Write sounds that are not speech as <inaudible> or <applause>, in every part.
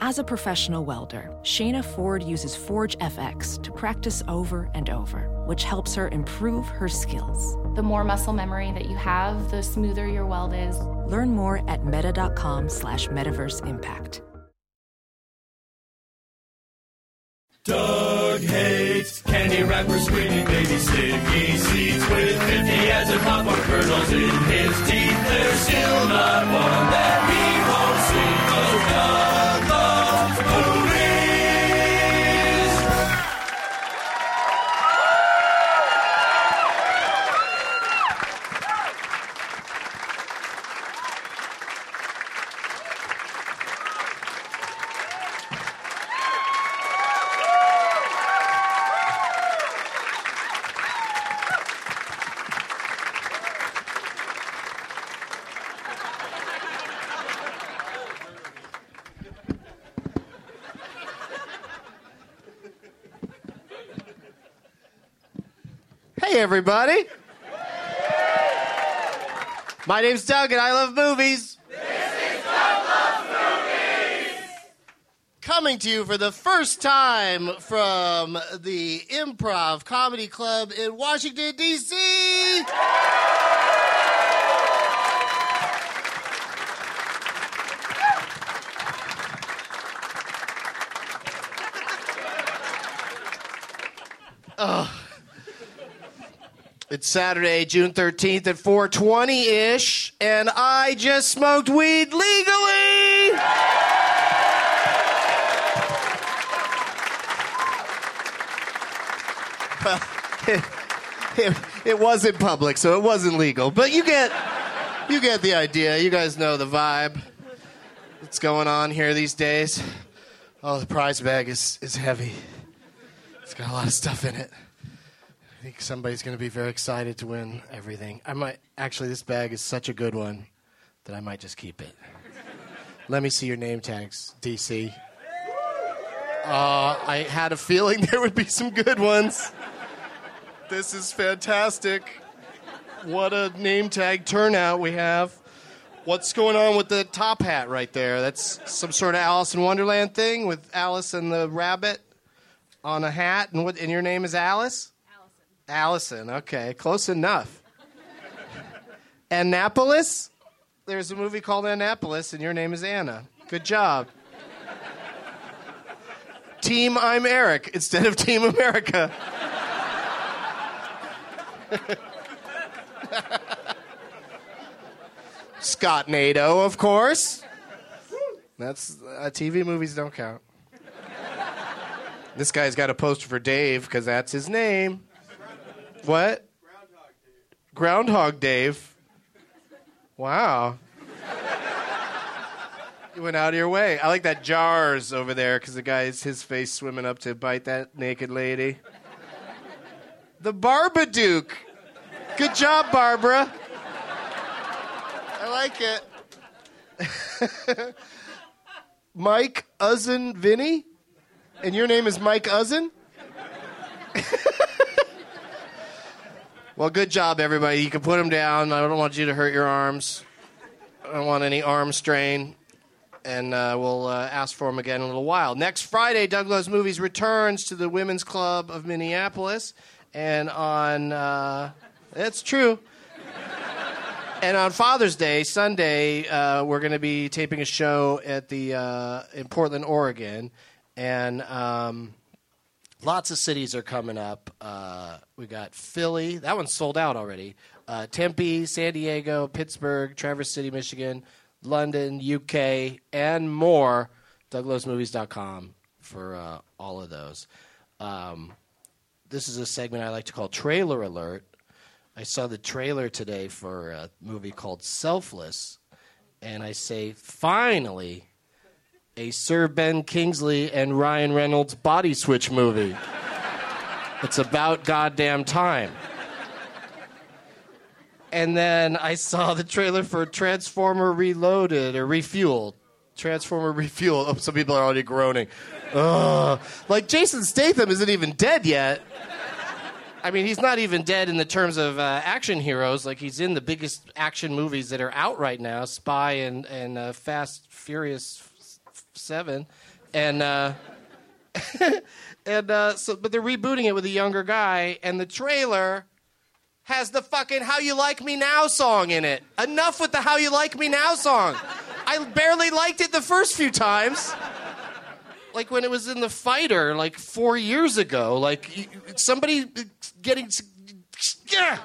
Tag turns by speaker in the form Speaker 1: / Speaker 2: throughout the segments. Speaker 1: As a professional welder, Shayna Ford uses Forge FX to practice over and over, which helps her improve her skills.
Speaker 2: The more muscle memory that you have, the smoother your weld is.
Speaker 1: Learn more at meta.com slash metaverse impact.
Speaker 3: Doug hates candy wrappers, screaming baby sticky seeds with 50 ads of popcorn kernels in his teeth. There's still not one that he won't see. 'cause Doug loves movies.
Speaker 4: Hey, everybody. My name's Doug, and I love movies. This is Doug Loves Movies. Coming to you for the first time from the Improv Comedy Club in Washington, D.C. It's Saturday, June 13th at 420 ish, and I just smoked weed legally! well, <laughs> it, it, it was in public, so it wasn't legal, but you get, you get the idea. You guys know the vibe. What's going on here these days? Oh, the prize bag is, is heavy, it's got a lot of stuff in it. I think somebody's going to be very excited to win everything. I might actually. This bag is such a good one that I might just keep it. Let me see your name tags, DC. Uh, I had a feeling <laughs> there would be some good ones. This is fantastic. What a name tag turnout we have. What's going on with the top hat right there? That's some sort of Alice in Wonderland thing with Alice and the rabbit on a hat, and what? And your name is Alice. Allison, okay, close enough. Annapolis? There's a movie called Annapolis, and your name is Anna. Good job. Team I'm Eric instead of Team America. Scott NATO, of course. That's uh, TV movies don't count. This guy's got a poster for Dave because that's his name. What? Groundhog Dave. Wow. You went out of your way. I like that jars over there because the guy's his face swimming up to bite that naked lady. The Barbaduke. Good job, Barbara. I like it. <laughs> Mike Uzzin Vinny? And your name is Mike Uzzin? well, good job, everybody. You can put them down. I don't want you to hurt your arms. I don't want any arm strain. And uh, we'll uh, ask for them again in a little while. Next Friday, Douglas Movies returns to the Women's Club of Minneapolis. And on, uh, that's true. And on Father's Day, Sunday, uh, we're going to be taping a show at the uh, in Portland, Oregon, and um, lots of cities are coming up. Uh, we got Philly. That one's sold out already. Uh, Tempe, San Diego, Pittsburgh, Traverse City, Michigan, London, UK, and more. DouglasMovies.com for uh, all of those. Um, this is a segment I like to call Trailer Alert. I saw the trailer today for a movie called Selfless, and I say, finally, a Sir Ben Kingsley and Ryan Reynolds body switch movie. it's about goddamn time. And then I saw the trailer for Transformer Reloaded or Refueled. Transformer Refueled. Oh, some people are already groaning. Ugh. Like Jason Statham isn't even dead yet. I mean, he's not even dead in the terms of uh, action heroes. Like he's in the biggest action movies that are out right now: Spy and and uh, Fast Furious f- f- Seven, and uh, <laughs> and uh, so. But they're rebooting it with a younger guy, and the trailer has the fucking "How You Like Me Now" song in it. Enough with the "How You Like Me Now" song. I barely liked it the first few times like when it was in the fighter like four years ago like y- y- somebody uh, getting yeah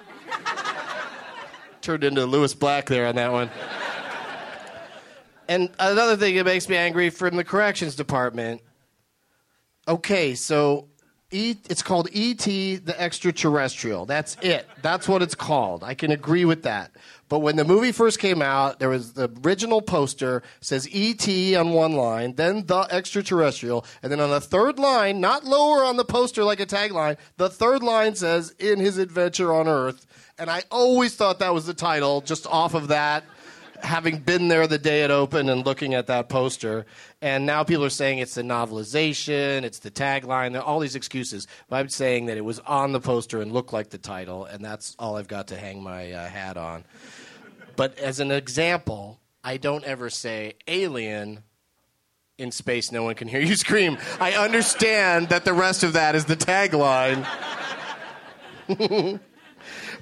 Speaker 4: turned into lewis black there on that one and another thing that makes me angry from the corrections department okay so e- it's called et the extraterrestrial that's it that's what it's called i can agree with that but when the movie first came out there was the original poster says et on one line then the extraterrestrial and then on the third line not lower on the poster like a tagline the third line says in his adventure on earth and i always thought that was the title just off of that having been there the day it opened and looking at that poster, and now people are saying it's the novelization, it's the tagline, there are all these excuses. But I'm saying that it was on the poster and looked like the title, and that's all I've got to hang my uh, hat on. But as an example, I don't ever say alien in space, no one can hear you <laughs> scream. I understand that the rest of that is the tagline.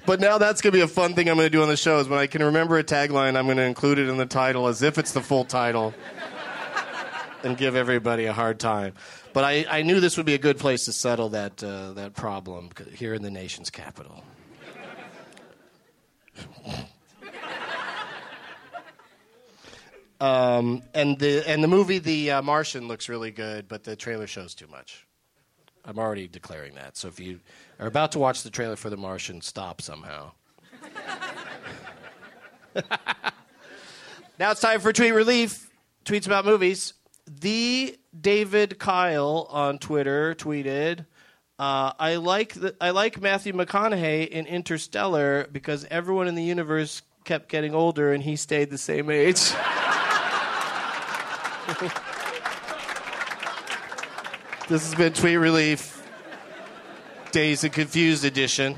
Speaker 4: But now that's gonna be a fun thing I'm gonna do on the show is when I can remember a tagline, I'm gonna include it in the title as if it's the full title, and give everybody a hard time. But I, I knew this would be a good place to settle that uh, that problem c- here in the nation's capital. um, and the and the movie The uh, Martian looks really good, but the trailer shows too much. I'm already declaring that. So if you are about to watch the trailer for The Martian, stop somehow. <laughs> now it's time for tweet relief. Tweets about movies. The David Kyle on Twitter tweeted, uh, "I like the, I like Matthew McConaughey in Interstellar because everyone in the universe kept getting older and he stayed the same age." <laughs> This has been Tweet Relief, Days and Confused Edition.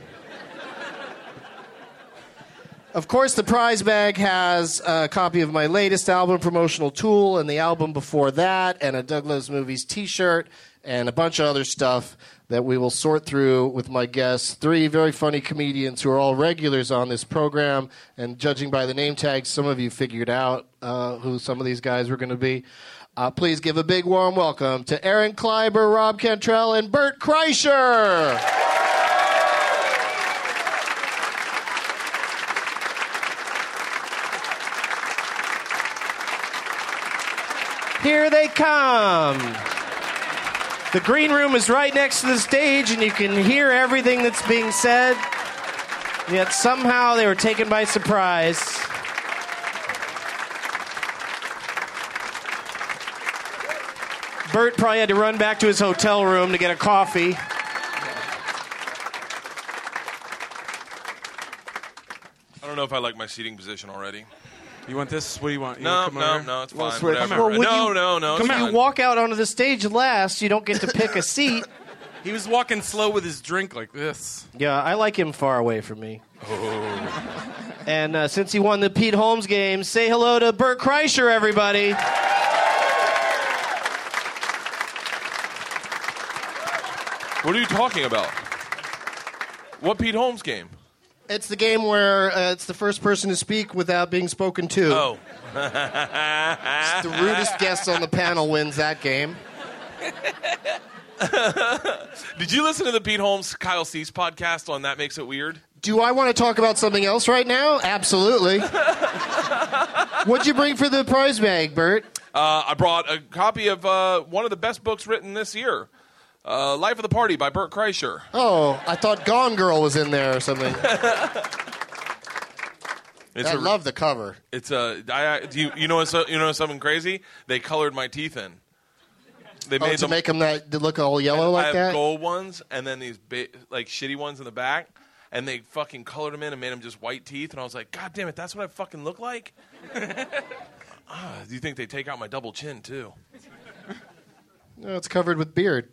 Speaker 4: Of course, the prize bag has a copy of my latest album, Promotional Tool, and the album before that, and a Douglas Movies t shirt. and a bunch of other stuff that we will sort through with my guests. Three very funny comedians who are all regulars on this program, and judging by the name tags, some of you figured out uh, who some of these guys were going to be. Uh, please give a big warm welcome to Aaron Kleiber, Rob Cantrell, and Bert Kreischer. Here they come. The green room is right next to the stage, and you can hear everything that's being said. Yet somehow they were taken by surprise. Bert probably had to run back to his hotel room to get a coffee.
Speaker 5: I don't know if I like my seating position already.
Speaker 6: You want this? What do you want? You
Speaker 5: No,
Speaker 6: want to come
Speaker 5: no,
Speaker 6: over?
Speaker 5: no, it's
Speaker 6: We'll
Speaker 5: fine.
Speaker 6: switch.
Speaker 5: Whatever.
Speaker 6: Come over.
Speaker 5: Well, no, no, no. it's
Speaker 4: Come
Speaker 5: fine.
Speaker 4: you walk out onto the stage last, you don't get to pick a
Speaker 5: <laughs>
Speaker 4: seat.
Speaker 6: He was walking slow with his drink like this.
Speaker 4: Yeah, I like him far away from me.
Speaker 5: Oh.
Speaker 4: and uh, since he won the Pete Holmes game, say hello to Bert Kreischer, everybody.
Speaker 5: What are you talking about? What Pete Holmes game?
Speaker 4: It's the game where uh, it's the first person to speak without being spoken to.
Speaker 5: Oh.
Speaker 4: It's the rudest guest on the panel wins that game.
Speaker 5: Did you listen to the Pete Holmes Kyle Cease podcast on That Makes It Weird?
Speaker 4: Do I want to talk about something else right now? Absolutely. What'd you bring for the prize bag, Bert?
Speaker 5: Uh, I brought a copy of uh, one of the best books written this year uh, Life of the Party by Burt Kreischer.
Speaker 4: Oh, I thought Gone Girl was in there or something.
Speaker 5: It's
Speaker 4: I
Speaker 5: a,
Speaker 4: love the cover.
Speaker 5: It's a. I, I, do you, you, know, what's- you know something crazy? They colored my teeth in. They
Speaker 4: Oh,
Speaker 5: made
Speaker 4: to
Speaker 5: them
Speaker 4: make them that to look all yellow
Speaker 5: I
Speaker 4: like
Speaker 5: have
Speaker 4: that.
Speaker 5: gold ones and then these ba- like shitty ones in the back, and they fucking colored them in and made them just white teeth. And I was like, God damn it, that's what I fucking look like. <laughs> Ah, do you think they take out my double chin too?
Speaker 4: No, it's covered with beard.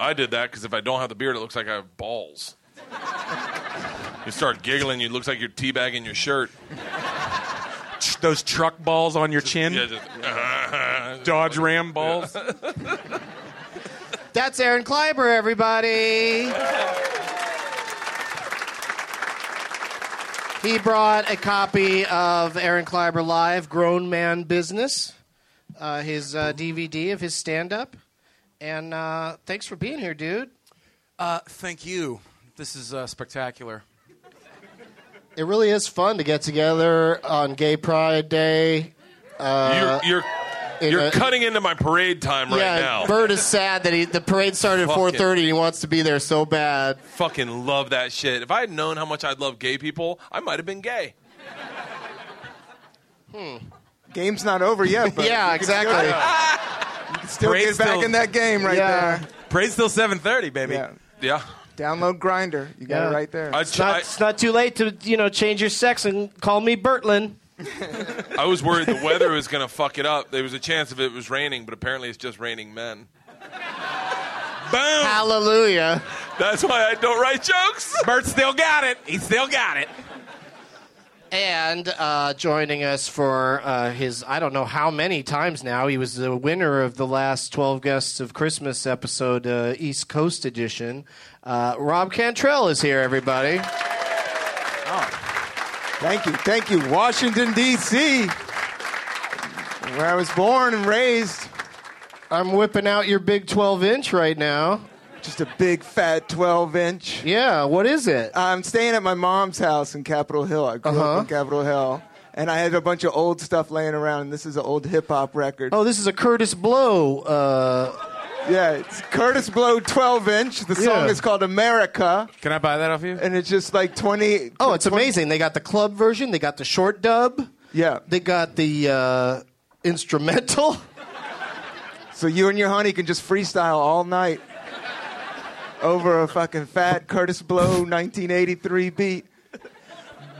Speaker 5: I did that because if I don't have the beard, it looks like I have balls. <laughs> you start giggling, you looks like you're teabagging your shirt.
Speaker 6: Tr- Those truck balls on your chin,
Speaker 5: Yeah, just, <laughs>
Speaker 6: Dodge Ram balls.
Speaker 4: That's Aaron Kleiber, everybody. he brought a copy of Aaron Kleiber Live Grown Man Business, uh, his uh, DVD of his stand up. And uh, thanks for being here, dude.
Speaker 6: Uh, Thank you. This is uh, spectacular.
Speaker 4: It really is fun to get together on Gay Pride Day.
Speaker 5: you're
Speaker 4: Uh, in
Speaker 5: you're, you're
Speaker 4: a-
Speaker 5: cutting into my parade time right
Speaker 4: yeah,
Speaker 5: now.
Speaker 4: Bird is sad that he, the parade started at
Speaker 5: Fuck it.
Speaker 4: 4:30 and he wants to be there so bad.
Speaker 5: fucking love that shit. If I had known how much I'd love gay people, I might have been gay.
Speaker 7: Game's not over yet,
Speaker 4: <laughs>
Speaker 7: but
Speaker 4: yeah, exactly.
Speaker 7: still
Speaker 6: Brain's
Speaker 7: get back
Speaker 6: still-
Speaker 7: in that game right
Speaker 4: Yeah.
Speaker 6: Praise till 7:30, baby.
Speaker 7: there. Yeah.
Speaker 5: Yeah.
Speaker 7: Download Grinder. You got
Speaker 4: Yeah.
Speaker 7: it right there.
Speaker 5: I,
Speaker 4: It's not,
Speaker 5: I-
Speaker 4: it's not too late to you know change your sex and call me Bertland.
Speaker 5: I was worried the weather was going to fuck it up. There was a chance if it was raining, but apparently it's just raining men. Boom!
Speaker 4: Hallelujah.
Speaker 5: That's why I don't write jokes.
Speaker 6: Bert still got it. He still got it.
Speaker 4: And uh, joining us for uh, his, I don't know how many times now, he was the winner of the last 12 Guests of Christmas episode, uh, East Coast edition. Uh, Rob Cantrell is here, everybody.
Speaker 7: Thank you. Thank you. Washington, D.C., where I was born and raised.
Speaker 4: I'm whipping out your big 12 inch right now.
Speaker 7: Just a big, fat 12 inch.
Speaker 4: Yeah, what is it?
Speaker 7: I'm staying at my mom's house in Capitol Hill. I grew
Speaker 4: Uh-huh.
Speaker 7: up in Capitol Hill. And I had a bunch of old stuff laying around. And this is an old hip hop record.
Speaker 4: Oh, this is a Curtis Blow. Uh,
Speaker 7: Yeah, it's Curtis Blow 12 inch. The song
Speaker 4: Yeah.
Speaker 7: is called America.
Speaker 6: Can I buy that off you?
Speaker 7: And it's just like 20.
Speaker 4: oh, it's amazing. They got the club version, they got the short dub,
Speaker 7: Yeah.
Speaker 4: they got the uh, instrumental.
Speaker 7: So you and your honey can just freestyle all night over a fucking fat Curtis Blow 1983 beat.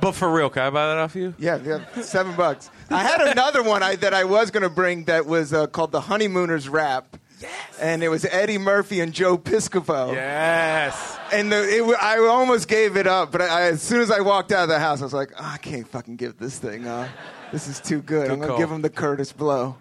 Speaker 6: But for real, can I buy that off you?
Speaker 7: Yeah, yeah, seven bucks. I had another one I, that I was going to bring that was uh, called the Honeymooners Rap. Yes. And it was Eddie Murphy and Joe Piscopo.
Speaker 6: Yes.
Speaker 7: And the, it, wa- I almost gave it up, but I, I- as soon as I walked out of the house, I was like, "Ah, I can't fucking give this thing up. This is too good. I'm going
Speaker 6: call.
Speaker 7: to give him the Curtis Blow.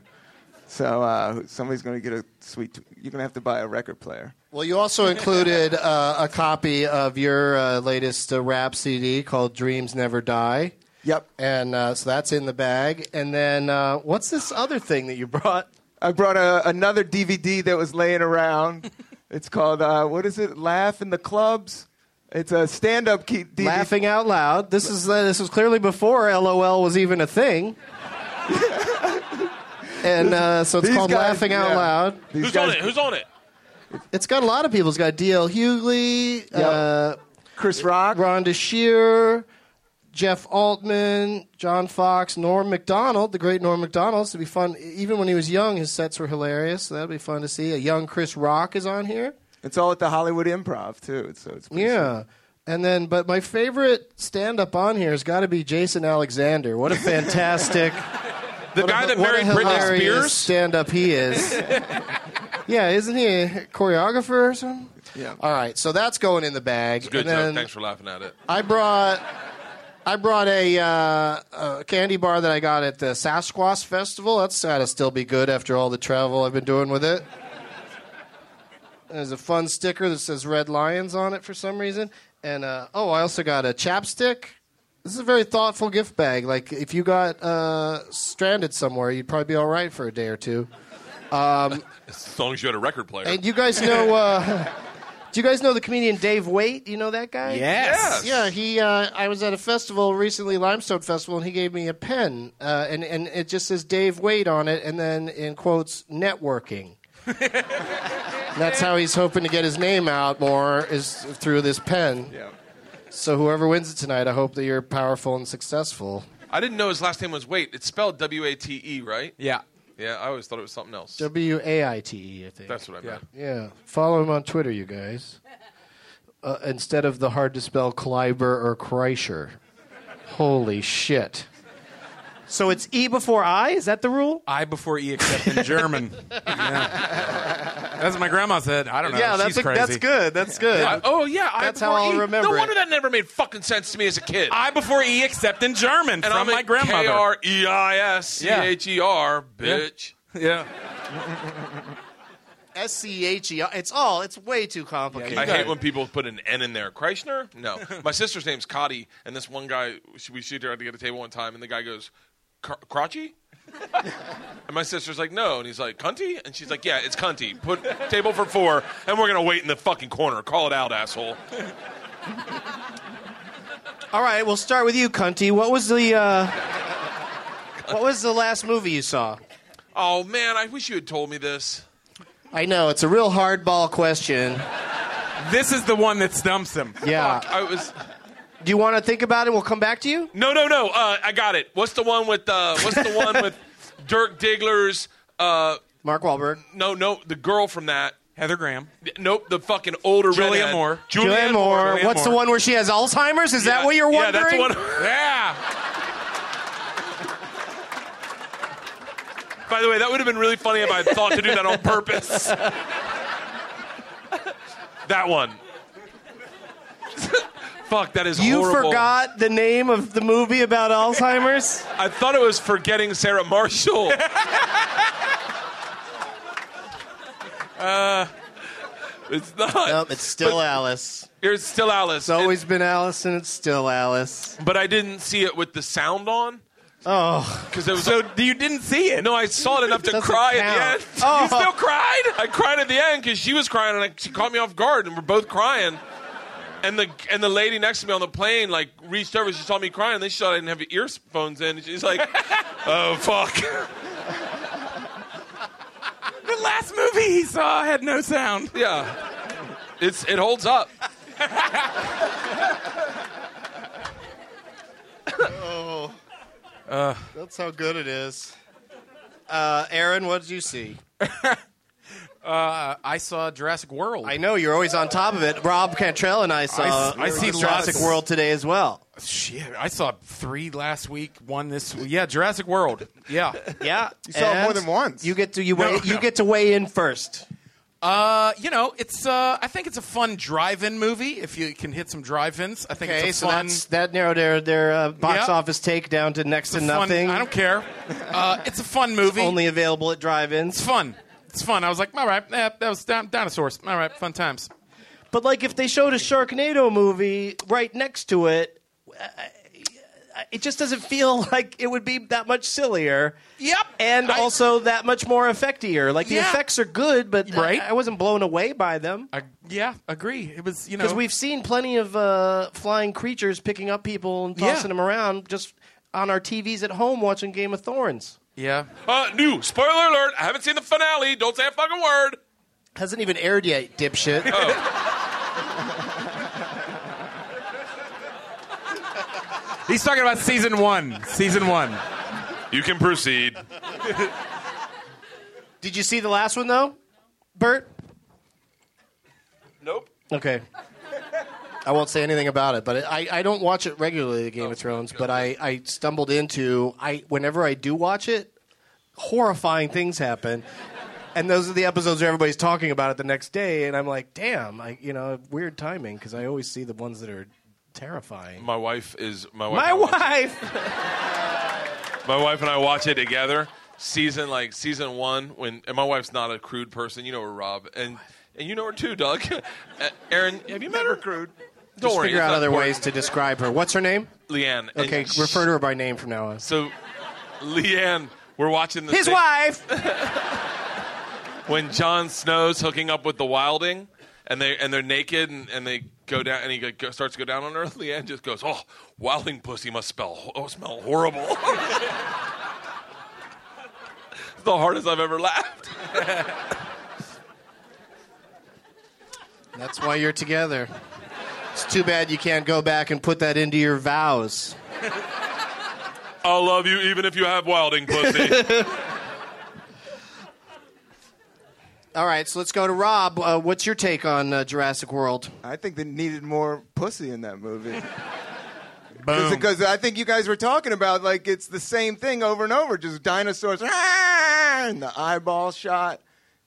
Speaker 7: So uh, somebody's going to get a sweet. t- You're gonna have to buy a record player.
Speaker 4: <laughs> Well, you also included uh, a copy of your uh, latest uh, rap CD called Dreams Never Die.
Speaker 7: Yep.
Speaker 4: And uh, so that's in the bag. And then uh, what's this other thing that you
Speaker 7: <laughs>
Speaker 4: brought?
Speaker 7: I brought a, another DVD that was
Speaker 4: <laughs>
Speaker 7: laying around. it's called uh, what is it? Laugh in the clubs. It's a stand-up key DVD.
Speaker 4: Laughing out loud. This is uh, this was clearly before LOL was even a
Speaker 7: <laughs>
Speaker 4: thing. and uh, so it's
Speaker 7: These
Speaker 4: called
Speaker 7: guys-
Speaker 4: Laughing Out
Speaker 7: yeah.
Speaker 4: Loud.
Speaker 7: These
Speaker 5: Who's
Speaker 7: guys-
Speaker 5: on it? Who's on it?
Speaker 4: It's got a lot of people. It's got D.L. Hughley, uh,
Speaker 7: Chris Rock.
Speaker 4: Rhonda Shear, Jeff Altman, John Fox, Norm McDonald, the great Norm McDonald. So it'd be fun. Even when he was young, his sets were hilarious. So that'd be fun to see. A young Chris Rock is on here.
Speaker 7: It's all at the Hollywood Improv too. So it's pretty
Speaker 4: Yeah. And then, but my favorite stand up on here has got to be Jason Alexander. What a fantastic,
Speaker 5: <laughs> The guy that married Britney Spears.
Speaker 4: stand up he
Speaker 5: <laughs>
Speaker 4: is. yeah, isn't he a choreographer or something?
Speaker 7: Yeah.
Speaker 4: All right, so that's going in the bag.
Speaker 5: Good
Speaker 4: and
Speaker 5: joke.
Speaker 4: then-
Speaker 5: Thanks for laughing at it.
Speaker 4: I brought I brought a, uh, a candy bar that I got at the Sasquatch Festival. That's gotta still be good after all the travel I've been doing with it. There's a fun sticker that says Red Lions on it for some reason. And uh, oh, I also got a chapstick. This is a very thoughtful gift bag. Like if you got uh, stranded somewhere, you'd probably be all right for a day or two.
Speaker 5: As long as you had a record player.
Speaker 4: And you guys know? Uh, <laughs> do you guys know the comedian Dave Waite? You know that guy?
Speaker 5: Yes.
Speaker 4: Yeah, he. Uh, I was at a festival recently, Limestone Festival, and he gave me a pen, uh, and and it just says Dave Wade on it, and then in quotes
Speaker 5: <laughs>
Speaker 4: networking. And that's how he's hoping to get his name out more is through this pen.
Speaker 7: Yeah.
Speaker 4: So whoever wins it tonight, I hope that you're powerful and successful.
Speaker 5: I didn't know his last name was Wait. It's spelled W A T E, right?
Speaker 6: Yeah.
Speaker 5: Yeah, I always thought it was something else.
Speaker 4: W A I T E, I think.
Speaker 5: That's what I meant.
Speaker 4: yeah. Follow him on Twitter, you guys. Uh, instead of the hard to spell Kleiber or Kreischer. Holy shit.
Speaker 8: So it's E before I? Is that the rule?
Speaker 6: I before E except in
Speaker 7: <laughs>
Speaker 6: German. yeah. That's what my grandma said. I don't know.
Speaker 4: Yeah, that's
Speaker 6: She's
Speaker 4: a-
Speaker 6: crazy.
Speaker 4: that's good. That's good.
Speaker 5: I- oh yeah, I
Speaker 4: That's
Speaker 5: before
Speaker 4: how I'll
Speaker 5: E.
Speaker 4: remember
Speaker 5: No
Speaker 4: it.
Speaker 5: wonder that never made fucking sense to me as a kid.
Speaker 6: I before E except in German
Speaker 5: and
Speaker 6: from
Speaker 5: I'm
Speaker 6: my
Speaker 5: K
Speaker 6: grandmother.
Speaker 5: R E I S C H E R, bitch.
Speaker 6: <laughs> yeah.
Speaker 4: S C H E. It's all. It's way too complicated.
Speaker 5: I hate when people put an N in there. Kreisner? No. <laughs> My sister's name's Cotty, and this one guy, she- we shoot her at the other table one time, and the guy goes, "Cr- Crotchy? <laughs> and my sister's like, no. And he's like, Cunty? And she's like, yeah, it's Cunty. Put table for four, and we're going to wait in the fucking corner. Call it out, asshole.
Speaker 4: All right, we'll start with you, Cunty. What was the uh, What was the last movie you saw?
Speaker 5: Oh, man, I wish you had told me this.
Speaker 4: I know it's a real hardball question.
Speaker 6: This is the one that stumps him.
Speaker 4: Yeah.
Speaker 5: I was.
Speaker 4: Do you want to think about it? We'll come back to you.
Speaker 5: No, no, no. Uh, I got it. What's the one with uh, What's the one with Dirk Diggler's? Uh,
Speaker 4: Mark Wahlberg.
Speaker 5: no, no, the girl from that.
Speaker 6: Heather Graham.
Speaker 5: Nope, the fucking older
Speaker 6: Julianne
Speaker 5: redhead.
Speaker 6: Moore.
Speaker 4: Julianne Moore. What's the
Speaker 6: Moore.
Speaker 4: one where she has Alzheimer's? Is that
Speaker 5: Yeah,
Speaker 4: what you're
Speaker 5: yeah,
Speaker 4: wondering?
Speaker 5: that's the one- <laughs>
Speaker 6: Yeah.
Speaker 5: By the way, that would have been really funny if I had thought to do that on <laughs> purpose. that one. Fuck, that is
Speaker 4: You
Speaker 5: horrible.
Speaker 4: forgot the name of the movie about Alzheimer's?
Speaker 5: I thought it was forgetting Sarah <laughs> Marshall. uh, Uh, it's not.
Speaker 4: <laughs> nope, it's still Alice.
Speaker 5: It's still Alice.
Speaker 4: It's always been Alice, and it's still Alice.
Speaker 5: but I didn't see it with the sound on
Speaker 4: Oh,
Speaker 5: because it was
Speaker 6: So you didn't see it. Oh.
Speaker 5: No, I saw it enough to
Speaker 4: Doesn't
Speaker 5: cry at
Speaker 4: count.
Speaker 5: the end. <laughs> You still cried? I cried at the end because she was crying and I, she caught me off guard, and we're both crying. And the and the lady next to me on the plane like reached over, she saw me crying, and then she saw I didn't have earphones in, and she's like,
Speaker 6: <laughs>
Speaker 5: "Oh fuck."
Speaker 6: The last movie he saw had no sound.
Speaker 5: Yeah, it's it holds up.
Speaker 4: that's how good it is. Uh, Aaron, what did you see?
Speaker 6: I saw Jurassic World.
Speaker 4: I know you're always on top of it. Rob Cantrell and I saw
Speaker 6: I s- I
Speaker 4: we were
Speaker 6: see
Speaker 4: at Jurassic
Speaker 6: lots.
Speaker 4: World today as well.
Speaker 6: Shit, I saw three last week, one this week. Yeah, Jurassic World. Yeah.
Speaker 4: Yeah,
Speaker 7: You saw it more than once.
Speaker 4: You get to you weigh, you get to weigh in first.
Speaker 6: Uh, you know, it's uh, I think it's a fun drive-in movie if you can hit some drive-ins. I think
Speaker 4: Okay,
Speaker 6: it's a
Speaker 4: so
Speaker 6: fun
Speaker 4: that's that narrowed their their uh, box
Speaker 6: Yep.
Speaker 4: office take down to next
Speaker 6: it's
Speaker 4: to
Speaker 6: a fun-
Speaker 4: nothing. <laughs>
Speaker 6: I don't care. Uh, it's a fun movie.
Speaker 4: Only available at drive-ins.
Speaker 6: it's fun. It's
Speaker 9: It's fun. I was like, all right, yeah, that was di- dinosaurs. All right, fun times.
Speaker 4: But like, if they showed a Sharknado movie right next to it, I- I- it just doesn't feel <laughs> like it would be that much sillier.
Speaker 9: Yep.
Speaker 4: and also that much more effectier. Like the
Speaker 9: Yeah.
Speaker 4: effects are good, but
Speaker 9: Right.
Speaker 4: I, I wasn't blown away by them
Speaker 9: I, yeah, agree. It was, you know.
Speaker 4: because we've seen plenty of uh, flying creatures picking up people and
Speaker 9: Yeah.
Speaker 4: tossing them around just on our TVs at home watching Game of Thorns.
Speaker 9: Yeah.
Speaker 5: Uh, new spoiler alert. I haven't seen the finale. Don't say a fucking word.
Speaker 4: Hasn't even aired yet,
Speaker 9: <laughs>
Speaker 4: dipshit.
Speaker 9: He's talking about season one. Season one.
Speaker 5: You can proceed.
Speaker 4: Did you see the last one though, Bert?
Speaker 5: Nope.
Speaker 4: Okay. I won't say anything about it, but I, I don't watch it regularly, Game of Thrones. But I, I stumbled into I whenever I do watch it, horrifying things happen, and those are the episodes where everybody's talking about it the next day, and I'm like, damn, I you know weird timing because I always see the ones that are terrifying.
Speaker 5: My wife is my wife.
Speaker 4: My
Speaker 5: and I watch-
Speaker 4: wife.
Speaker 5: My wife and I watch it together. Season like season one when and my wife's not a crude person. You know her, Rob, and and you know her too, Doug. <laughs> Uh, Aaron, have you met her? Crude. Don't
Speaker 4: Just
Speaker 5: worry.
Speaker 4: figure
Speaker 5: it's
Speaker 4: out
Speaker 5: not
Speaker 4: other
Speaker 5: important.
Speaker 4: ways to describe her. What's her name?
Speaker 5: Leanne. and
Speaker 4: Okay,
Speaker 5: sh-
Speaker 4: refer to her by name from now on.
Speaker 5: So, Leanne, we're watching the
Speaker 4: His
Speaker 5: same-
Speaker 4: wife.
Speaker 5: when Jon Snow's hooking up with the Wilding, and they and they're naked and, and they go down and he go- go, starts to go down on her. Leanne just goes, "Oh, Wilding pussy must smell oh smell horrible." <laughs> the hardest I've ever laughed.
Speaker 4: That's why you're together. It's too bad you can't go back and put that into your vows.
Speaker 5: I'll love you even if you have Wilding <laughs> pussy.
Speaker 4: All right, so let's go to Rob. Uh, what's your take on uh, Jurassic World?
Speaker 7: I think they needed more pussy in that movie.
Speaker 9: Boom.
Speaker 7: Because I think you guys were talking about like it's the same thing over and over, just dinosaurs <laughs> "Rah!" and the eyeball shot.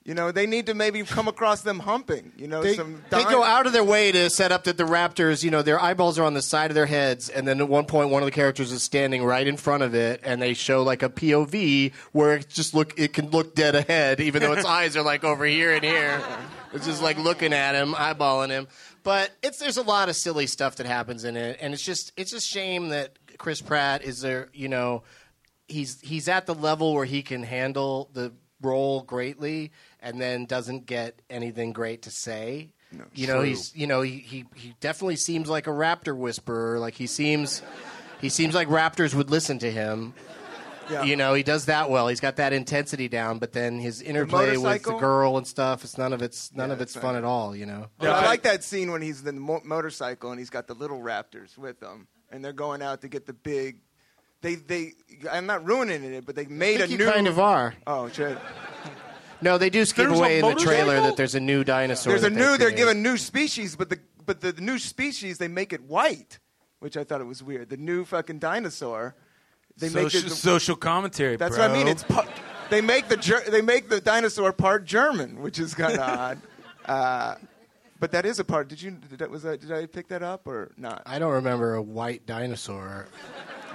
Speaker 7: You know, they need to maybe come across them humping. You know,
Speaker 4: They,
Speaker 7: some
Speaker 4: they
Speaker 7: dino-
Speaker 4: go out of their way to set up that the raptors, you know, their eyeballs are on the side of their heads, and then at one point, one of the characters is standing right in front of it, and they show like a POV where it just look it can look dead ahead, even
Speaker 7: <laughs>
Speaker 4: though its eyes are like over here and here. It's just like looking at him, eyeballing him. But it's there's a lot of silly stuff that happens in it, and it's just it's a shame that Chris Pratt is there, you know. he's he's at the level where he can handle the role greatly and then doesn't get anything great to say. you know, he's you know, he, he he definitely seems like a raptor whisperer. Like he seems he seems like raptors would listen to him.
Speaker 7: Yeah.
Speaker 4: You know, he does that well. He's got that intensity down, but then his interplay with the
Speaker 7: motorcycle?
Speaker 4: girl and stuff, it's none of it's none of it's fun at all, you know.
Speaker 7: But I like that scene when he's in the mo- motorcycle and he's got the little raptors with him, and they're going out to get the big. They they. I'm not ruining it, but they made
Speaker 4: I think
Speaker 7: a
Speaker 4: you
Speaker 7: new.
Speaker 4: kind of are.
Speaker 7: oh shit.
Speaker 4: No, they do give
Speaker 5: There's a
Speaker 4: away in the trailer
Speaker 5: motorcycle?
Speaker 4: that there's a new dinosaur.
Speaker 7: There's a
Speaker 4: that they
Speaker 7: new. They're
Speaker 4: created.
Speaker 7: given new species, but the but the new species they make it white, which I thought it was weird. The new fucking dinosaur. They make
Speaker 9: social,
Speaker 7: it.
Speaker 9: social commentary.
Speaker 7: that's
Speaker 9: bro.
Speaker 7: what I mean. It's part, they make the ger- they make the dinosaur part German, which is
Speaker 4: <laughs>
Speaker 7: kind of odd. Uh, but that is a part. Did you did that, was that, did I pick that up or not?
Speaker 4: I don't remember a white dinosaur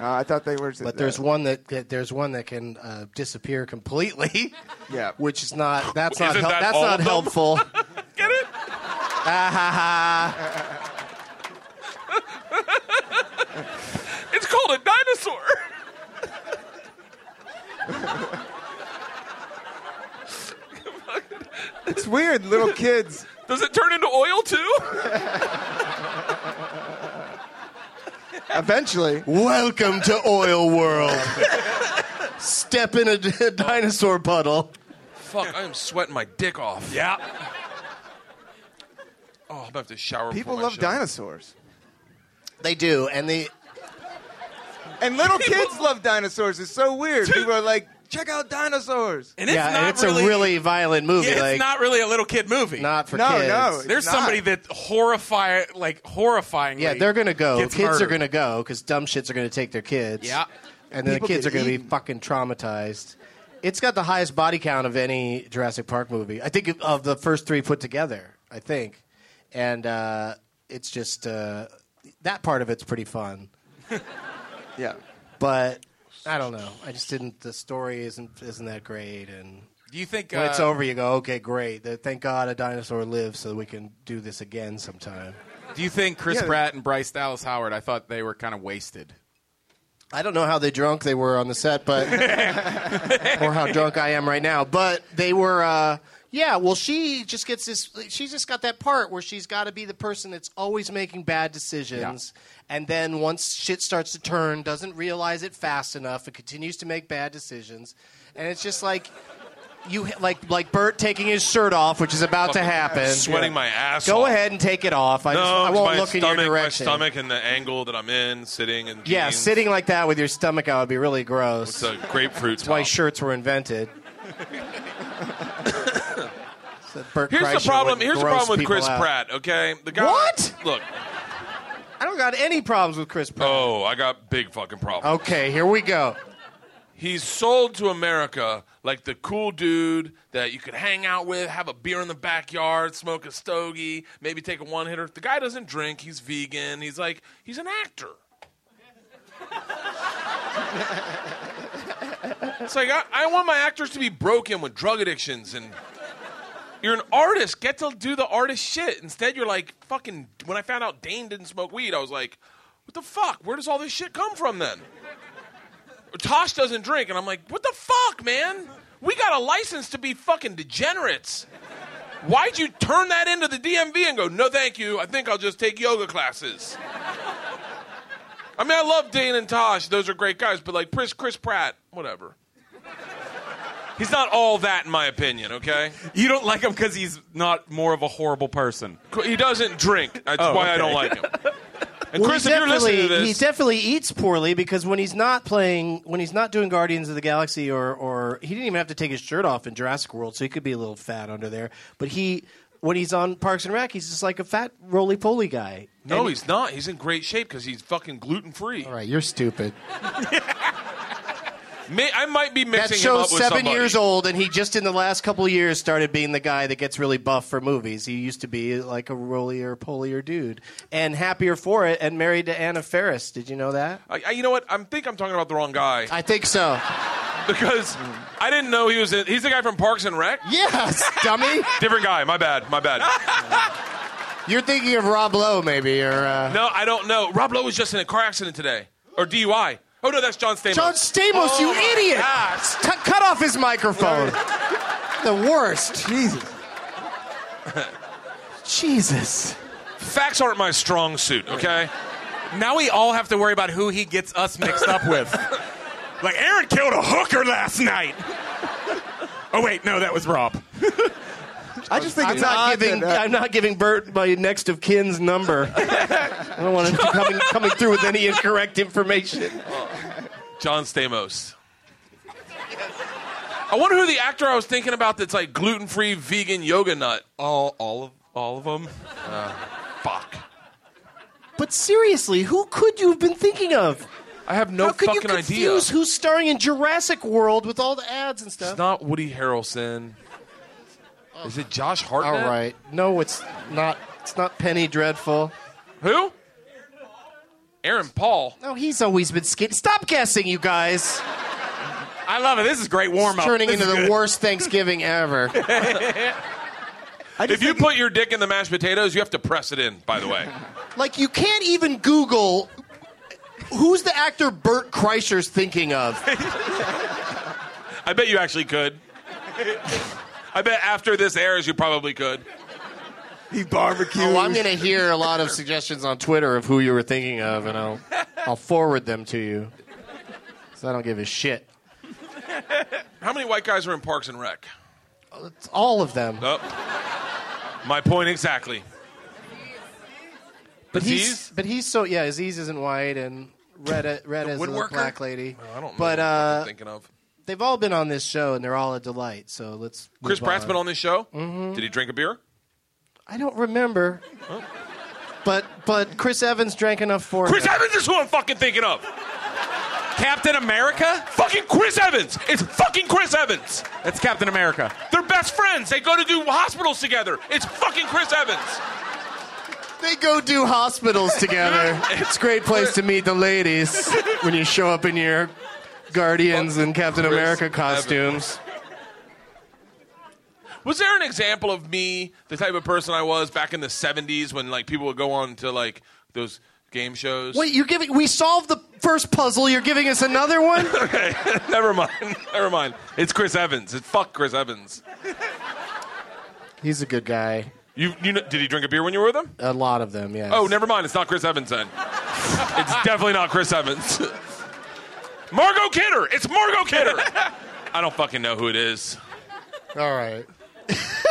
Speaker 7: Uh, I thought they were.
Speaker 4: But there's one that, that there's one that can uh, disappear completely.
Speaker 7: <laughs> Yeah.
Speaker 4: Which is not that's not
Speaker 5: Isn't
Speaker 4: help
Speaker 5: that
Speaker 4: that's
Speaker 5: all
Speaker 4: not
Speaker 5: of
Speaker 9: <laughs>
Speaker 5: them?
Speaker 4: helpful.
Speaker 5: Get it? It's called a dinosaur.
Speaker 7: It's weird, little kids.
Speaker 5: Does it turn into oil too?
Speaker 4: <laughs>
Speaker 7: Eventually,
Speaker 4: <laughs> Welcome to oil world. Step in a, d- a dinosaur puddle.
Speaker 5: Fuck, I am sweating my dick off. Yeah. Oh, I'm about to have to shower.
Speaker 7: people
Speaker 5: before my
Speaker 7: love
Speaker 5: show.
Speaker 7: dinosaurs,
Speaker 4: They do, and they
Speaker 7: and
Speaker 4: <laughs>
Speaker 7: little kids love dinosaurs. It's so weird. People are like, "Check out dinosaurs."
Speaker 9: and it's
Speaker 4: yeah,
Speaker 9: not
Speaker 4: and it's
Speaker 9: really,
Speaker 4: a really violent movie.
Speaker 9: yeah, it's
Speaker 4: like
Speaker 9: not really a little kid movie.
Speaker 4: not for
Speaker 7: No,
Speaker 4: kids.
Speaker 7: no.
Speaker 9: There's
Speaker 7: not.
Speaker 9: somebody that horrify, like horrifying.
Speaker 4: Yeah, they're gonna go.
Speaker 9: Gets
Speaker 4: kids are
Speaker 9: murdered.
Speaker 4: gonna go because dumb shits are gonna take their kids.
Speaker 9: Yeah.
Speaker 4: and then
Speaker 7: People
Speaker 4: the kids are
Speaker 7: get
Speaker 4: gonna be
Speaker 7: eaten.
Speaker 4: fucking traumatized. It's got the highest body count of any Jurassic Park movie. I think of the first three put together. I think, and uh, it's just uh, that part of it's pretty fun.
Speaker 7: Yeah.
Speaker 4: But I don't know. I just didn't. The story isn't isn't that great, and
Speaker 6: Do you think
Speaker 4: When it's
Speaker 6: uh,
Speaker 4: over, you go, okay, great. Th- Thank God a dinosaur lives so we can do this again sometime.
Speaker 6: Do you think Chris
Speaker 4: Yeah.
Speaker 6: Pratt and Bryce Dallas Howard? I thought they were kind of wasted.
Speaker 4: I don't know how they drunk they were on the set,
Speaker 3: <laughs>
Speaker 4: but or how drunk I am right now. But they were, uh, yeah. Well, she just gets this. She's just got that part where she's got to be the person that's always making bad decisions, and then once shit starts to turn, doesn't realize it fast enough, and continues to make bad decisions, and it's just like. You like like Bert taking his shirt off, which is about to
Speaker 3: Fucking
Speaker 4: happen.
Speaker 3: sweating my ass
Speaker 4: Go
Speaker 3: off.
Speaker 4: ahead and take it off. I,
Speaker 3: no,
Speaker 4: just, I won't
Speaker 3: my
Speaker 4: look
Speaker 3: stomach,
Speaker 4: in your direction.
Speaker 3: My stomach and the angle that I'm in, sitting and
Speaker 4: Yeah,
Speaker 3: jeans.
Speaker 4: sitting like that with your stomach out would be really gross.
Speaker 3: It's a grapefruit
Speaker 4: That's why
Speaker 3: top.
Speaker 4: shirts
Speaker 3: <laughs>
Speaker 4: were invented.
Speaker 3: Here's the problem. Here's the problem with Chris Pratt. Okay, the guy.
Speaker 4: What?
Speaker 3: Look.
Speaker 4: I don't got any problems with Chris Pratt.
Speaker 3: Oh, I got big fucking problems.
Speaker 4: Okay, here we go.
Speaker 3: He's sold to America like the cool dude that you could hang out with, have a beer in the backyard, smoke a stogie, maybe take a one hitter. The guy doesn't drink. He's vegan. He's like he's an actor. <laughs> it's like I, I want my actors to be broken with drug addictions and. You're an artist. Get to do the artist shit. Instead, you're like fucking. When I found out Dane didn't smoke weed, I was like, "What the fuck? Where does all this shit come from then?" Tosh doesn't drink, and I'm like, what the fuck, man? We got a license to be fucking degenerates. Why'd you turn that into the DMV and go, no, thank you. I think I'll just take yoga classes. I mean, I love Dane and Tosh; those are great guys. But like Chris, Chris Pratt, whatever. He's not all that, in my opinion. Okay,
Speaker 6: You don't like him because he's not more of a horrible person.
Speaker 3: he doesn't drink. That's
Speaker 6: Oh,
Speaker 3: why I
Speaker 6: okay.
Speaker 3: don't like him. And
Speaker 4: Well,
Speaker 3: Chris,
Speaker 4: he
Speaker 3: if you're
Speaker 4: definitely-
Speaker 3: listening to this,
Speaker 4: he definitely eats poorly because when he's not playing, when he's not doing Guardians of the Galaxy, or or he didn't even have to take his shirt off in Jurassic World, so he could be a little fat under there. But he, when he's on Parks and Rec, he's just like a fat roly poly guy.
Speaker 3: no, he's not. He's in great shape because he's fucking gluten free.
Speaker 4: All right, you're stupid.
Speaker 3: May, I might be mixing
Speaker 4: that
Speaker 3: him
Speaker 4: show's
Speaker 3: up with
Speaker 4: seven
Speaker 3: somebody.
Speaker 4: years old, and he just in the last couple of years started being the guy that gets really buff for movies. He used to be like a rollier, polier dude, and happier for it, and married to Anna Ferris. Did you know that?
Speaker 3: I, I, you know what? I think I'm talking about the wrong guy
Speaker 4: I
Speaker 3: <laughs>
Speaker 4: think so.
Speaker 3: because I didn't know he was. In, he's the guy from Parks and Rec.
Speaker 4: Yes, dummy.
Speaker 3: Different guy. My bad. My bad.
Speaker 4: You're thinking of Rob Lowe, maybe, or uh,
Speaker 3: No, I don't know. Rob Lowe was just in a car accident today or DUI. Oh no, that's John Stamos.
Speaker 4: John Stamos. you
Speaker 3: Oh.
Speaker 4: idiot! T- cut off his microphone. the worst. Jesus. Jesus.
Speaker 3: Facts aren't my strong suit. Okay.
Speaker 6: Now we all have to worry about who he gets us mixed up with. like Aaron killed a hooker last night. oh wait, no, that was Rob.
Speaker 7: I just think
Speaker 4: I'm
Speaker 7: it's odd
Speaker 4: not giving.
Speaker 7: that, uh,
Speaker 4: I'm not giving Bert my next of kin's number. <laughs> I don't want him to coming coming through with any incorrect information.
Speaker 3: <laughs> John Stamos. I wonder who the actor I was thinking about that's like gluten free vegan yoga nut. All, all of, all of them. fuck.
Speaker 4: But seriously, who could you have been thinking of?
Speaker 3: I have no
Speaker 4: How could you
Speaker 3: fucking idea.
Speaker 4: confuse who's starring in Jurassic World with all the ads and stuff?
Speaker 3: It's not Woody Harrelson. Is it Josh
Speaker 4: all
Speaker 3: Hartnett?
Speaker 4: right. No, it's not. It's not Penny Dreadful.
Speaker 3: Who? Aaron Paul.
Speaker 4: No, he's always been skinny. Stop guessing, you guys.
Speaker 6: I love it. This is great warm up.
Speaker 4: Turning into the worst Thanksgiving <laughs> ever.
Speaker 3: If you put your dick in the mashed potatoes, you have to press it in, by the way.
Speaker 4: like you can't even Google who's the actor Bert Kreischer's thinking of.
Speaker 3: I bet <laughs> you actually could. I bet after this airs, you probably could.
Speaker 7: he barbecues.
Speaker 4: Oh, I'm going to hear a lot of suggestions on Twitter of who you were thinking of, and I'll, I'll forward them to you. So I don't give a shit.
Speaker 3: How many white guys are in Parks and Rec?
Speaker 4: It's all of them.
Speaker 3: Oh. My point exactly.
Speaker 4: But he's
Speaker 3: Aziz?
Speaker 4: but he's so yeah. Aziz isn't white, and Red Red is a
Speaker 3: woodworker? Oh,
Speaker 4: black lady.
Speaker 3: I don't know
Speaker 4: But
Speaker 3: what I'm
Speaker 4: uh,
Speaker 3: thinking of.
Speaker 4: they've all been on this show, and they're all a delight. So let's. Move
Speaker 3: Chris Pratt's
Speaker 4: on.
Speaker 3: been on this show.
Speaker 4: Mm-hmm.
Speaker 3: Did he drink a beer?
Speaker 4: I don't remember. But but Chris Evans drank enough for
Speaker 3: Chris
Speaker 4: him.
Speaker 3: Evans is who I'm fucking thinking of.
Speaker 6: Captain America?
Speaker 3: Fucking Chris Evans. It's fucking Chris Evans.
Speaker 6: That's Captain America.
Speaker 3: They're best friends. They go to do hospitals together. It's fucking Chris Evans.
Speaker 4: They go do hospitals
Speaker 5: <laughs>
Speaker 4: together. it's a great place to meet the ladies when you show up in your Guardians and Captain
Speaker 3: Chris
Speaker 4: America costumes.
Speaker 5: Was there an example of me, the type of person I was back in the '70s when like people would go on to like those game shows?
Speaker 4: Wait, you're giving. We solved the first puzzle. You're giving us another
Speaker 5: <laughs>
Speaker 4: one.
Speaker 5: okay,
Speaker 3: <laughs>
Speaker 5: never mind, never mind. It's Chris Evans. It's fuck Chris Evans.
Speaker 4: He's a good guy.
Speaker 5: You, you kn- did he drink a beer when you were with him?
Speaker 4: A lot of them, yeah.
Speaker 5: Oh, never mind. It's not Chris Evans then. <laughs> it's definitely not Chris Evans. <laughs> Margot Kidder. It's Margot Kidder. <laughs> I don't fucking know who it is.
Speaker 4: All right. <laughs>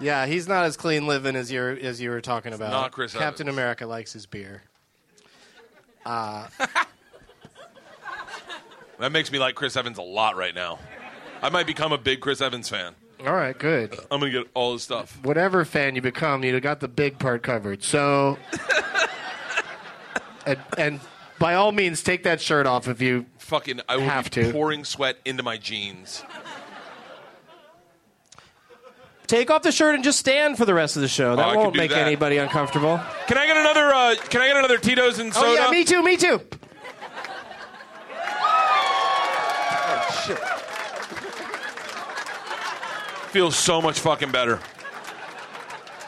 Speaker 4: yeah, he's not as clean living as you as you were talking about.
Speaker 5: not Chris
Speaker 4: Captain
Speaker 5: Evans.
Speaker 4: America likes his beer.
Speaker 5: That makes me like Chris Evans a lot right now. I might become a big Chris Evans fan.
Speaker 4: All right, good.
Speaker 5: I'm gonna get all his stuff.
Speaker 4: Whatever fan you become, you got the big part covered.
Speaker 5: <laughs>
Speaker 4: So, and, and by all means, take that shirt off if you.
Speaker 5: Fucking, I will
Speaker 4: Have
Speaker 5: be
Speaker 4: to.
Speaker 5: pouring sweat into my jeans.
Speaker 4: Take off the shirt and just stand for the rest of the show.
Speaker 5: Oh, I
Speaker 4: That
Speaker 5: could
Speaker 4: won't
Speaker 5: do
Speaker 4: make
Speaker 5: that.
Speaker 4: anybody
Speaker 5: <laughs>
Speaker 4: uncomfortable.
Speaker 5: Can I get another? Uh, can I get another Tito's and soda?
Speaker 4: Oh yeah, me too, me too.
Speaker 5: Feels so much fucking better.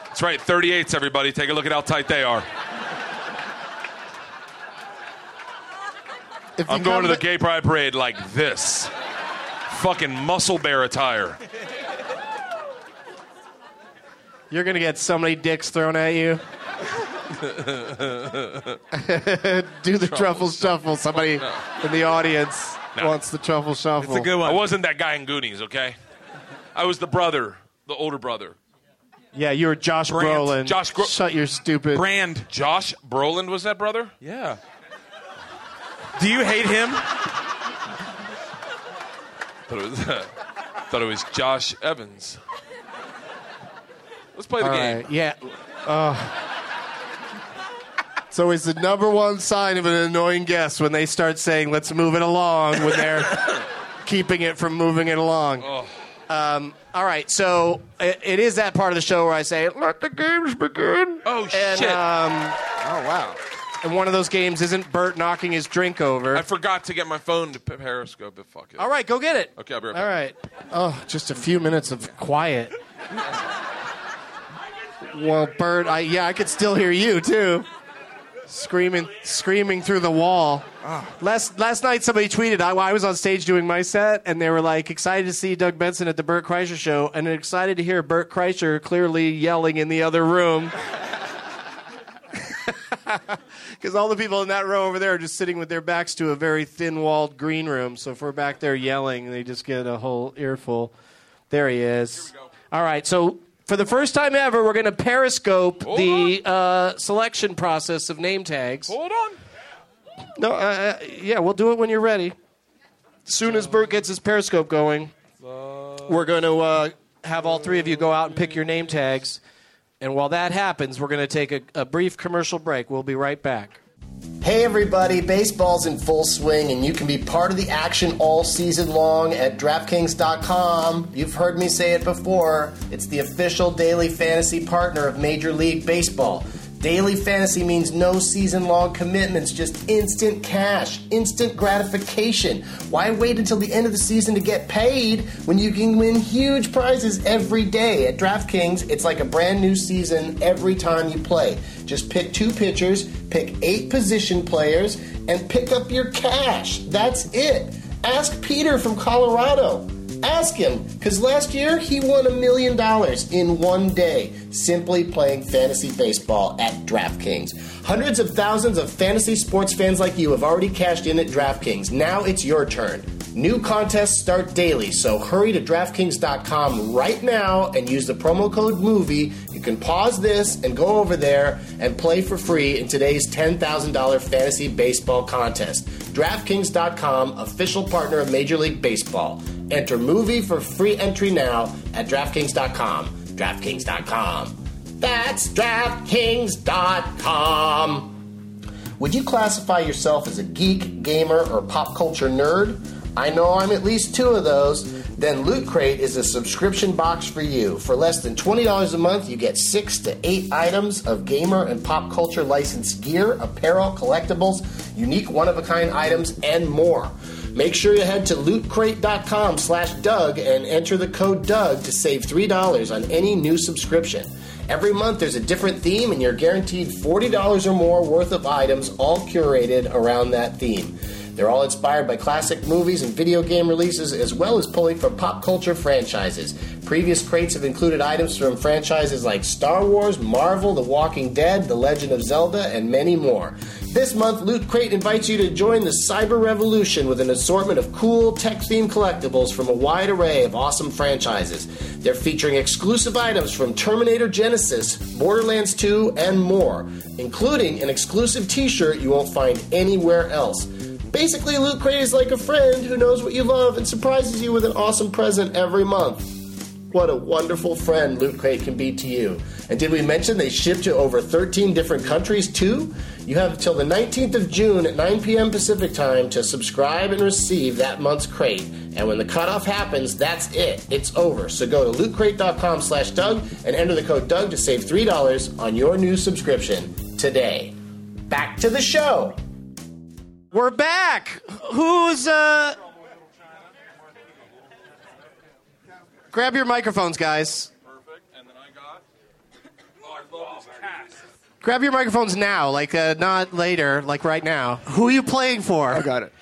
Speaker 5: That's right, 38s, everybody. Take a look at how tight they are.
Speaker 4: If
Speaker 5: I'm
Speaker 4: you
Speaker 5: going
Speaker 4: come
Speaker 5: to the gay pride parade like this. Fucking muscle bear attire.
Speaker 4: You're gonna get so many dicks thrown at
Speaker 5: <laughs>
Speaker 4: you. Do the truffle shuffle. Somebody in the audience
Speaker 5: No.
Speaker 4: wants the truffle shuffle.
Speaker 5: I wasn't that guy in Goonies, okay? I was the brother, the older brother.
Speaker 4: Yeah, you were Josh
Speaker 9: Brant.
Speaker 4: Brolin.
Speaker 5: Josh Gro-
Speaker 4: shut your stupid.
Speaker 9: Brand.
Speaker 5: Josh Brolin was that brother?
Speaker 9: Yeah. Do you hate him?
Speaker 5: Thought it was, <laughs> thought it was Josh Evans. Let's play the
Speaker 4: All
Speaker 5: game.
Speaker 4: right, yeah. Uh, it's always the number one sign of an annoying guest when they start saying "Let's move it along" when
Speaker 5: <laughs>
Speaker 4: they're keeping it from moving it along. Um, all right, so it, it is that part of the show where I say, "Let the games begin."
Speaker 5: Oh,
Speaker 4: and,
Speaker 5: shit.
Speaker 4: Um, oh wow! And one of those games isn't Bert knocking his drink over.
Speaker 5: I forgot to get my phone to pe- Periscope, but fuck it.
Speaker 4: all right, go get it.
Speaker 5: Okay, I'll be right back.
Speaker 4: All right. Oh, just a few minutes of quiet. well, Bert, I yeah, I could still hear you too. Screaming, screaming through the wall. Last last night, somebody tweeted. I, I was on stage doing my set, and they were like excited to see Doug Benson at the Bert Kreischer show, and excited to hear Bert Kreischer clearly yelling in the other room. <laughs> Because all the people in that row over there are just sitting with their backs to a very thin walled green room. So if we're back there yelling, they just get a whole earful. There he is. All right. So for the first time ever, we're going to periscope the uh, selection process of name tags.
Speaker 5: Hold on.
Speaker 4: No, uh, uh, yeah, we'll do it when you're ready. Soon as Bert gets his periscope going, we're going to uh, have all three of you go out and pick your name tags. And while that happens, we're going to take a, a brief commercial break. We'll be right back.
Speaker 10: Hey everybody, baseball's in full swing and you can be part of the action all season long at DraftKings.com. You've heard me say it before, it's the official daily fantasy partner of Major League Baseball. Daily fantasy means no season long commitments, just instant cash, instant gratification. Why wait until the end of the season to get paid when you can win huge prizes every day? At DraftKings, it's like a brand new season every time you play. Just pick two pitchers, pick eight position players, and pick up your cash. That's it. Ask Peter from Colorado. Ask him, because last year he won a million dollars in one day simply playing fantasy baseball at DraftKings. Hundreds of thousands of fantasy sports fans like you have already cashed in at DraftKings. Now it's your turn. New contests start daily, so hurry to DraftKings.com right now and use the promo code MOVIE. You can pause this and go over there and play for free in today's $10,000 fantasy baseball contest. DraftKings.com, official partner of Major League Baseball. Enter MOVIE for free entry now at DraftKings.com. DraftKings.com. That's DraftKings.com. Would you classify yourself as a geek, gamer, or pop culture nerd? I know I'm at least two of those. Then Loot Crate is a subscription box for you. For less than $20 a month, you get six to eight items of gamer and pop culture licensed gear, apparel, collectibles, unique one of a kind items, and more. Make sure you head to lootcrate.com slash Doug and enter the code Doug to save $3 on any new subscription. Every month there's a different theme and you're guaranteed $40 or more worth of items all curated around that theme. They're all inspired by classic movies and video game releases, as well as pulling from pop culture franchises. Previous crates have included items from franchises like Star Wars, Marvel, The Walking Dead, The Legend of Zelda, and many more. This month, Loot Crate invites you to join the cyber revolution with an assortment of cool tech themed collectibles from a wide array of awesome franchises. They're featuring exclusive items from Terminator Genesis, Borderlands 2, and more, including an exclusive t shirt you won't find anywhere else. Basically, Loot Crate is like a friend who knows what you love and surprises you with an awesome present every month. What a wonderful friend Loot Crate can be to you. And did we mention they ship to over 13 different countries too? You have till the 19th of June at 9 p.m. Pacific time to subscribe and receive that month's crate. And when the cutoff happens, that's it. It's over. So go to lootcrate.com slash Doug and enter the code Doug to save $3 on your new subscription today. Back to the show.
Speaker 4: We're back. Who's uh Grab your microphones, guys. Grab your microphones now, like uh, not later, like right now. Who are you playing for? I
Speaker 7: got it.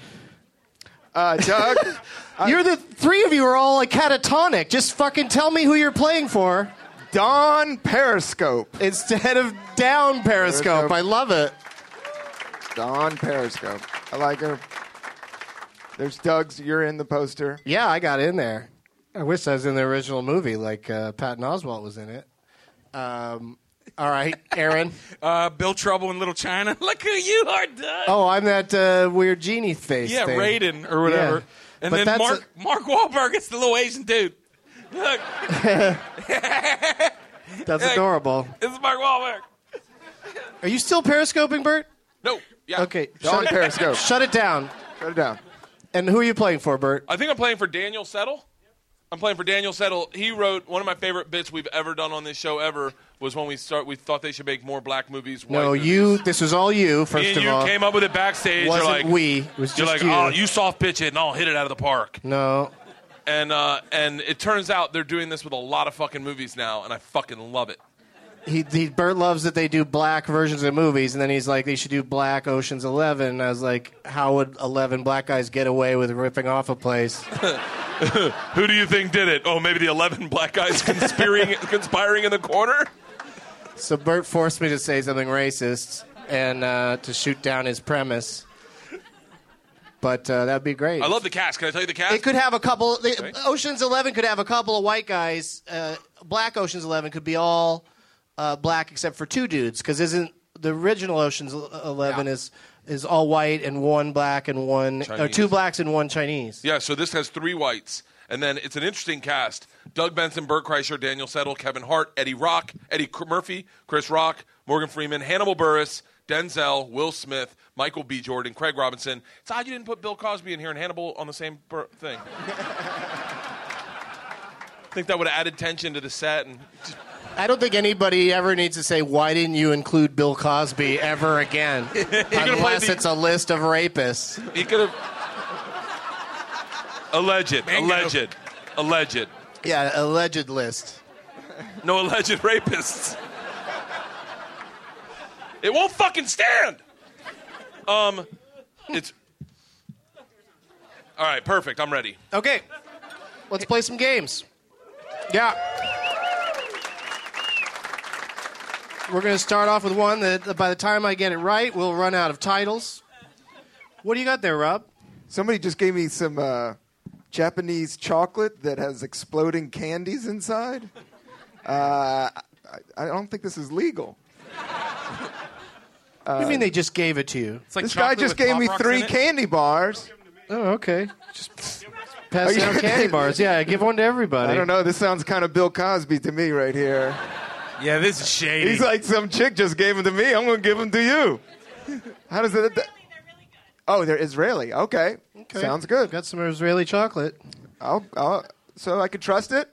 Speaker 7: Uh, Doug,
Speaker 4: <laughs> you're the three of you are all like catatonic. Just fucking tell me who you're playing for.
Speaker 7: Don Periscope
Speaker 4: instead of Down Periscope.
Speaker 7: Periscope.
Speaker 4: I love it.
Speaker 7: Don Periscope. I like her. There's Doug's. You're in the poster.
Speaker 4: Yeah, I got in there. I wish I was in the original movie, like uh, Patton Oswalt was in it. Um, all right,
Speaker 5: <laughs>
Speaker 4: Aaron.
Speaker 6: Uh, Bill Trouble in Little China. <laughs> Look who you are, Doug.
Speaker 4: oh, I'm that uh, weird genie face.
Speaker 6: yeah,
Speaker 4: thing.
Speaker 6: Raiden or whatever.
Speaker 4: Yeah.
Speaker 6: And
Speaker 4: But
Speaker 6: then
Speaker 4: that's
Speaker 6: Mark Mark Wahlberg is the little Asian dude. Look,
Speaker 4: That's adorable.
Speaker 6: this is Mark Wahlberg.
Speaker 4: Are you still periscoping, Bert?
Speaker 6: No, yeah.
Speaker 4: Okay,
Speaker 7: Don
Speaker 4: shut,
Speaker 7: Periscope.
Speaker 4: shut it down.
Speaker 7: Shut it down.
Speaker 4: And who are you playing for, Bert?
Speaker 5: I think I'm playing for Daniel Settle. I'm playing for Daniel Settle. He wrote one of my favorite bits we've ever done on this show ever was when we start. We thought they should make more black movies. White
Speaker 4: No,
Speaker 5: movies.
Speaker 4: Oh, you. This was all you. First
Speaker 5: Me and
Speaker 4: of
Speaker 5: you
Speaker 4: all,
Speaker 5: came up with it backstage.
Speaker 4: wasn't
Speaker 5: you're like,
Speaker 4: we. It was
Speaker 5: you're
Speaker 4: just
Speaker 5: like,
Speaker 4: you.
Speaker 5: oh, you soft pitch it, and I'll hit it out of the park.
Speaker 4: no.
Speaker 5: And uh, and it turns out they're doing this with a lot of fucking movies now, and I fucking love it.
Speaker 4: He, he Bert loves that they do black versions of movies, and then he's like, they should do black Ocean's Eleven. And I was like, how would eleven black guys get away with ripping off a place? <laughs>
Speaker 5: Who do you think did it? Oh, maybe the eleven black guys conspiring <laughs> conspiring in the corner.
Speaker 4: So Bert forced me to say something racist and uh, to shoot down his premise. But uh, that'd be great.
Speaker 5: I love the cast. Can I tell you the cast?
Speaker 4: It could have a couple. The, Ocean's Eleven could have a couple of white guys. Uh, black Ocean's Eleven could be all uh, black except for two dudes. Because isn't the original Ocean's E-, Eleven is is all white and one black and one or
Speaker 5: Chinese.
Speaker 4: two blacks and one Chinese.
Speaker 5: Yeah, so this has three whites, and then it's an interesting cast: Doug Benson, Bert Kreischer, Daniel Settle, Kevin Hart, Eddie Rock, Eddie Cr- Murphy, Chris Rock, Morgan Freeman, Hannibal Burris, Denzel, Will Smith, Michael B. Jordan, Craig Robinson. It's odd you didn't put Bill Cosby in here and Hannibal on the same bur- <laughs> thing. I think that would have added tension to the set. And just,
Speaker 4: I don't think anybody ever needs to say why didn't you include Bill Cosby ever
Speaker 5: <laughs>
Speaker 4: again, unless
Speaker 5: the-
Speaker 4: it's a list of rapists.
Speaker 5: he could have alleged, alleged, alleged.
Speaker 4: Yeah, alleged list.
Speaker 5: No <laughs> alleged rapists. It won't fucking stand. Um, it's. All right, perfect. I'm ready.
Speaker 4: Okay, let's play some games. Yeah. We're going to start off with one that by the time I get it right, we'll run out of titles. What do you got there, Rob?
Speaker 7: Somebody just gave me some uh, Japanese chocolate that has exploding candies inside. Uh, I, I don't think this is legal.
Speaker 4: what do you mean they just gave it to you?
Speaker 6: It's like
Speaker 7: this guy
Speaker 6: chocolate
Speaker 7: just
Speaker 6: with
Speaker 7: gave
Speaker 6: Pop
Speaker 7: me
Speaker 6: Rocks
Speaker 7: three
Speaker 6: in it.
Speaker 7: candy bars.
Speaker 4: Oh, okay. Just pass
Speaker 7: Are you-
Speaker 4: out candy bars. Yeah, give one to everybody.
Speaker 7: I don't know. This sounds kind of Bill Cosby to me right here.
Speaker 6: Yeah, this is shady.
Speaker 7: He's like, some chick just gave them to me. I'm going to give them to you. How does that? Oh, they're Israeli. Okay.
Speaker 4: Okay.
Speaker 7: Sounds good.
Speaker 4: Got some Israeli chocolate.
Speaker 7: I'll, I'll, so I can trust it?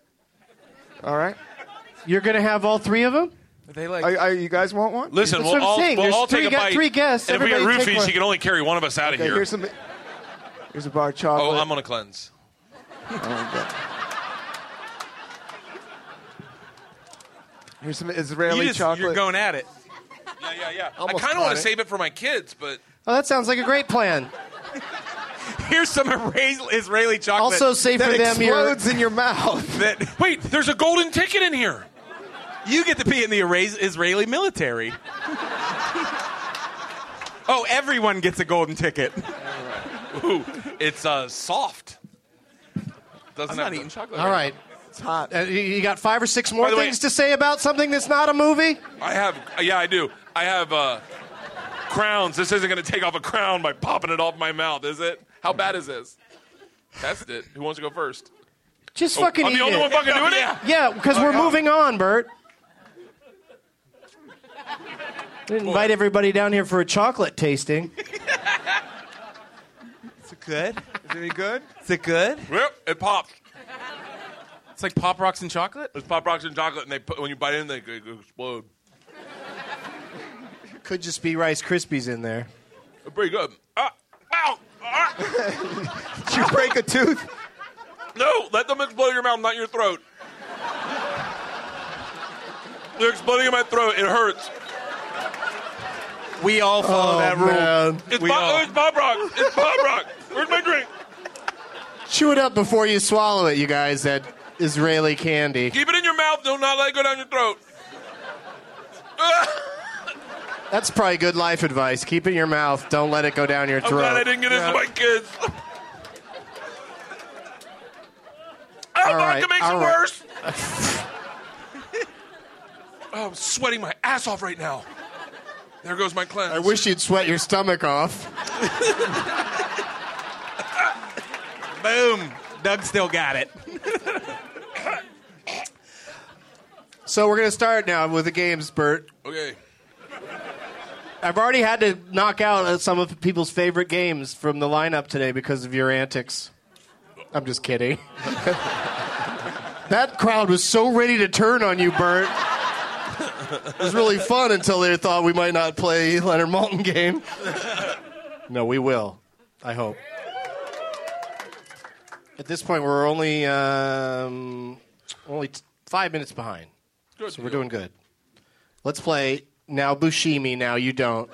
Speaker 7: All right.
Speaker 4: You're going to have all three of them?
Speaker 6: they like.
Speaker 7: Are, are, you guys want one?
Speaker 5: Listen,
Speaker 4: That's
Speaker 5: we'll
Speaker 4: what I'm
Speaker 5: all,
Speaker 4: saying.
Speaker 5: we'll
Speaker 4: There's
Speaker 5: all
Speaker 4: three
Speaker 5: take a
Speaker 4: gu-
Speaker 5: bite.
Speaker 4: three guests.
Speaker 5: And if we get
Speaker 4: Everybody take
Speaker 5: roofies,
Speaker 4: one.
Speaker 5: she can only carry one of us out of
Speaker 7: Okay,
Speaker 5: here.
Speaker 7: here's some. Here's a bar of chocolate.
Speaker 5: Oh, I'm on a cleanse.
Speaker 7: Oh, God. Here's some Israeli
Speaker 5: you just,
Speaker 7: chocolate.
Speaker 5: You're going at it. Yeah, yeah, yeah.
Speaker 4: Almost
Speaker 5: I kind
Speaker 4: caught
Speaker 5: of want
Speaker 4: it.
Speaker 5: to save it for my kids, but
Speaker 4: Oh, that sounds like a great plan.
Speaker 9: Here's some Isra- Israeli chocolate.
Speaker 4: Also, save
Speaker 7: that
Speaker 4: for them your.
Speaker 7: explodes in your mouth.
Speaker 9: that
Speaker 5: wait, there's a golden ticket in here.
Speaker 9: you get to be in the Isra- Israeli military. oh, everyone gets a golden ticket.
Speaker 5: Ooh, it's uh, soft. Doesn't
Speaker 9: I'm
Speaker 5: have
Speaker 9: not
Speaker 5: the-
Speaker 9: eating chocolate.
Speaker 4: All right.
Speaker 7: It's hot.
Speaker 4: Uh, you- you got five or six more
Speaker 5: By the way-
Speaker 4: things to say about something that's not a movie?
Speaker 5: I have, yeah, I do. I have uh, crowns. This isn't going to take off a crown by popping it off my mouth, is it? How bad is this? Test it. Who wants to go first?
Speaker 4: Just
Speaker 5: Oh,
Speaker 4: fucking
Speaker 5: I'm
Speaker 4: eat
Speaker 5: the only
Speaker 4: it.
Speaker 5: one Oh, fucking doing it.
Speaker 4: Yeah, because we're moving on, Bert. We didn't invite everybody down here for a chocolate tasting.
Speaker 9: Is it good?
Speaker 7: Is it any good?
Speaker 9: Is it good?
Speaker 5: Yep, it pops.
Speaker 9: It's like Pop Rocks and chocolate.
Speaker 5: It's pop rocks and chocolate, and they put, when you bite in, they they explode.
Speaker 4: Could just be Rice Krispies in there.
Speaker 5: They're pretty good. Ah, ow! Ah,
Speaker 7: Did you break
Speaker 5: <laughs>
Speaker 7: a tooth?
Speaker 5: no, let them explode in your mouth, not your throat. They're exploding in my throat. It hurts.
Speaker 9: We all
Speaker 4: Oh,
Speaker 9: follow that rule.
Speaker 4: Uh,
Speaker 5: It's,
Speaker 9: We
Speaker 5: pop,
Speaker 9: all-
Speaker 5: it's pop rock. It's pop rock. Where's my drink?
Speaker 4: Chew it up before you swallow it, you guys, that Israeli candy.
Speaker 5: Keep it in your mouth. Do not let it go down your throat.
Speaker 4: That's probably good life advice. Keep it in your mouth. Don't let it go down your
Speaker 5: I'm
Speaker 4: throat.
Speaker 5: glad I didn't get this
Speaker 7: Yeah.
Speaker 5: to my kids. oh,
Speaker 4: All
Speaker 5: that
Speaker 4: right,
Speaker 5: could make
Speaker 4: all
Speaker 5: it
Speaker 4: right.
Speaker 5: worse. oh, I'm sweating my ass off right now. There goes my cleanse.
Speaker 4: I wish you'd sweat your stomach off.
Speaker 9: Boom. Doug still got it.
Speaker 4: So we're going to start now with the games, Bert.
Speaker 5: Okay.
Speaker 4: I've already had to knock out uh, some of people's favorite games from the lineup today because of your antics. I'm just kidding. <laughs> that crowd was so ready to turn on you, Bert. It was really fun until they thought we might not play Leonard Malton game. no, we will. I hope. At this point, we're only um, only t- five minutes behind, so we're doing good. Let's play now Bushimi, now you don't.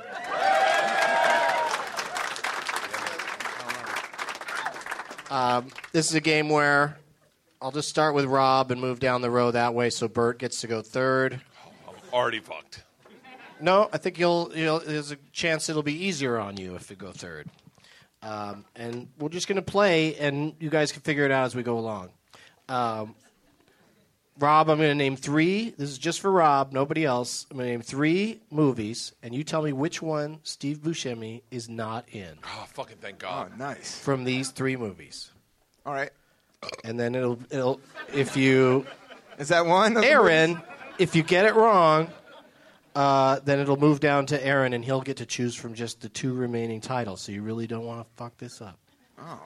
Speaker 4: Um, this is a game where I'll just start with Rob and move down the row that way so Bert gets to go third.
Speaker 5: I'm already fucked.
Speaker 4: No, I think you'll, you'll there's a chance it'll be easier on you if you go third. Um, and we're just going to play, and you guys can figure it out as we go along. Um, Rob, I'm going to name three. This is just for Rob, nobody else. I'm going to name three movies, and you tell me which one Steve Buscemi is not in
Speaker 5: Oh, fucking thank
Speaker 7: Oh,
Speaker 5: God.
Speaker 7: nice.
Speaker 4: from these three movies.
Speaker 7: All right.
Speaker 4: And then it'll, it'll if you
Speaker 7: Is that one?
Speaker 4: Aaron, if you get it wrong, uh, then it'll move down to Aaron, and he'll get to choose from just the two remaining titles. So you really don't want to fuck this up. Oh.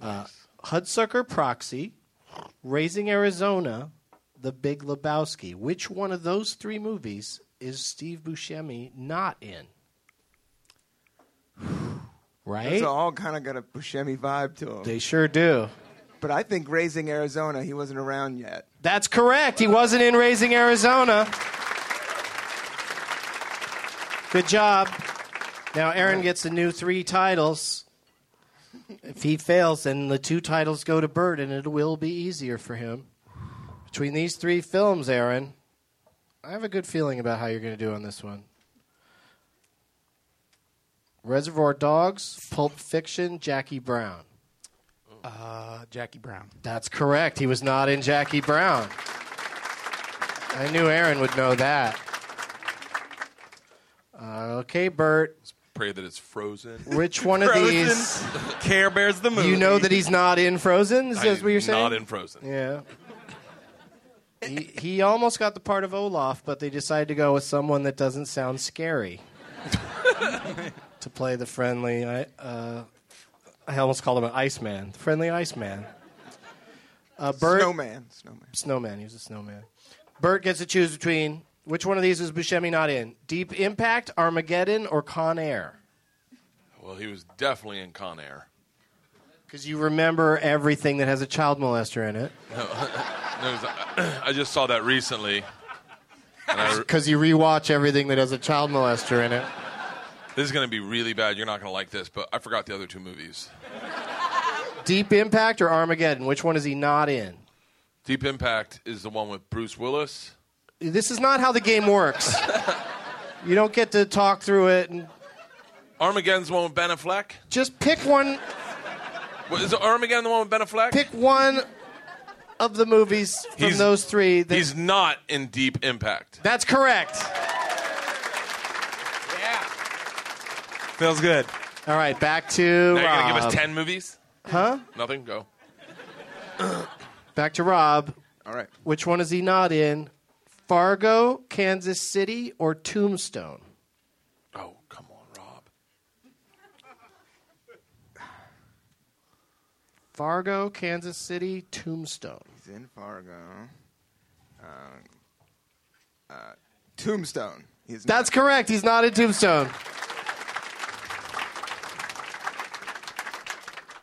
Speaker 4: Uh, Hudsucker Proxy, Raising Arizona, The Big Lebowski. Which one of those three movies is Steve Buscemi not in? <sighs> Right?
Speaker 7: It's all kind of got a Buscemi vibe to him.
Speaker 4: They sure do.
Speaker 7: But I think raising Arizona, he wasn't around yet.
Speaker 4: That's correct. He wasn't in Raising Arizona. Good job. Now Aaron gets the new three titles. If he fails, then the two titles go to Bert, and it will be easier for him. Between these three films, Aaron, I have a good feeling about how you're going to do on this one. Reservoir Dogs, Pulp Fiction, Jackie Brown.
Speaker 9: Uh, Jackie Brown.
Speaker 4: That's correct. He was not in Jackie Brown. I knew Aaron would know that. Uh, okay, Bert.
Speaker 5: Pray that it's frozen. <laughs>
Speaker 4: Which one of these?
Speaker 9: Care Bears the movie.
Speaker 4: You know that he's not in Frozen. Is
Speaker 5: I
Speaker 4: that
Speaker 5: am
Speaker 4: what you're saying?
Speaker 5: Not in frozen.
Speaker 4: Yeah. he, he almost got the part of Olaf, but they decided to go with someone that doesn't sound scary <laughs> to play the friendly. I, uh, I almost called him an Iceman. The friendly Iceman. Uh, Bert,
Speaker 7: Snowman. Snowman.
Speaker 4: Snowman. He was a snowman. Bert gets to choose between which one of these is Buscemi not in? Deep Impact, Armageddon, or Con Air?
Speaker 5: Well, he was definitely in Con Air.
Speaker 4: Because you remember everything that has a child molester in it.
Speaker 5: No, 'cause <clears throat> I I just saw that recently. And I re-
Speaker 4: Because you rewatch everything that has a child molester in it.
Speaker 5: this is going to be really bad. You're not going to like this, but I forgot the other two movies.
Speaker 4: Deep Impact or Armageddon? Which one is he not in?
Speaker 5: Deep Impact is the one with Bruce Willis.
Speaker 4: This is not how the game works. you don't get to talk through it. And
Speaker 5: Armageddon's the one with Ben Affleck.
Speaker 4: just pick one.
Speaker 5: What, is Armageddon the one with Ben Affleck?
Speaker 4: Pick one of the movies from
Speaker 5: He's-
Speaker 4: those three. That,
Speaker 5: He's not in Deep Impact.
Speaker 4: that's correct.
Speaker 9: Feels good.
Speaker 4: All right, back to
Speaker 5: Now you're going to give
Speaker 4: Rob.
Speaker 5: us 10 movies?
Speaker 4: Um, Huh?
Speaker 5: Nothing? Go.
Speaker 4: Back to Rob.
Speaker 7: All right.
Speaker 4: Which one is he not in? Fargo, Kansas City, or Tombstone?
Speaker 5: Oh, come on, Rob.
Speaker 4: Fargo, Kansas City, Tombstone.
Speaker 7: He's in Fargo. Um, uh, Tombstone. He's
Speaker 4: That's correct. He's not in Tombstone.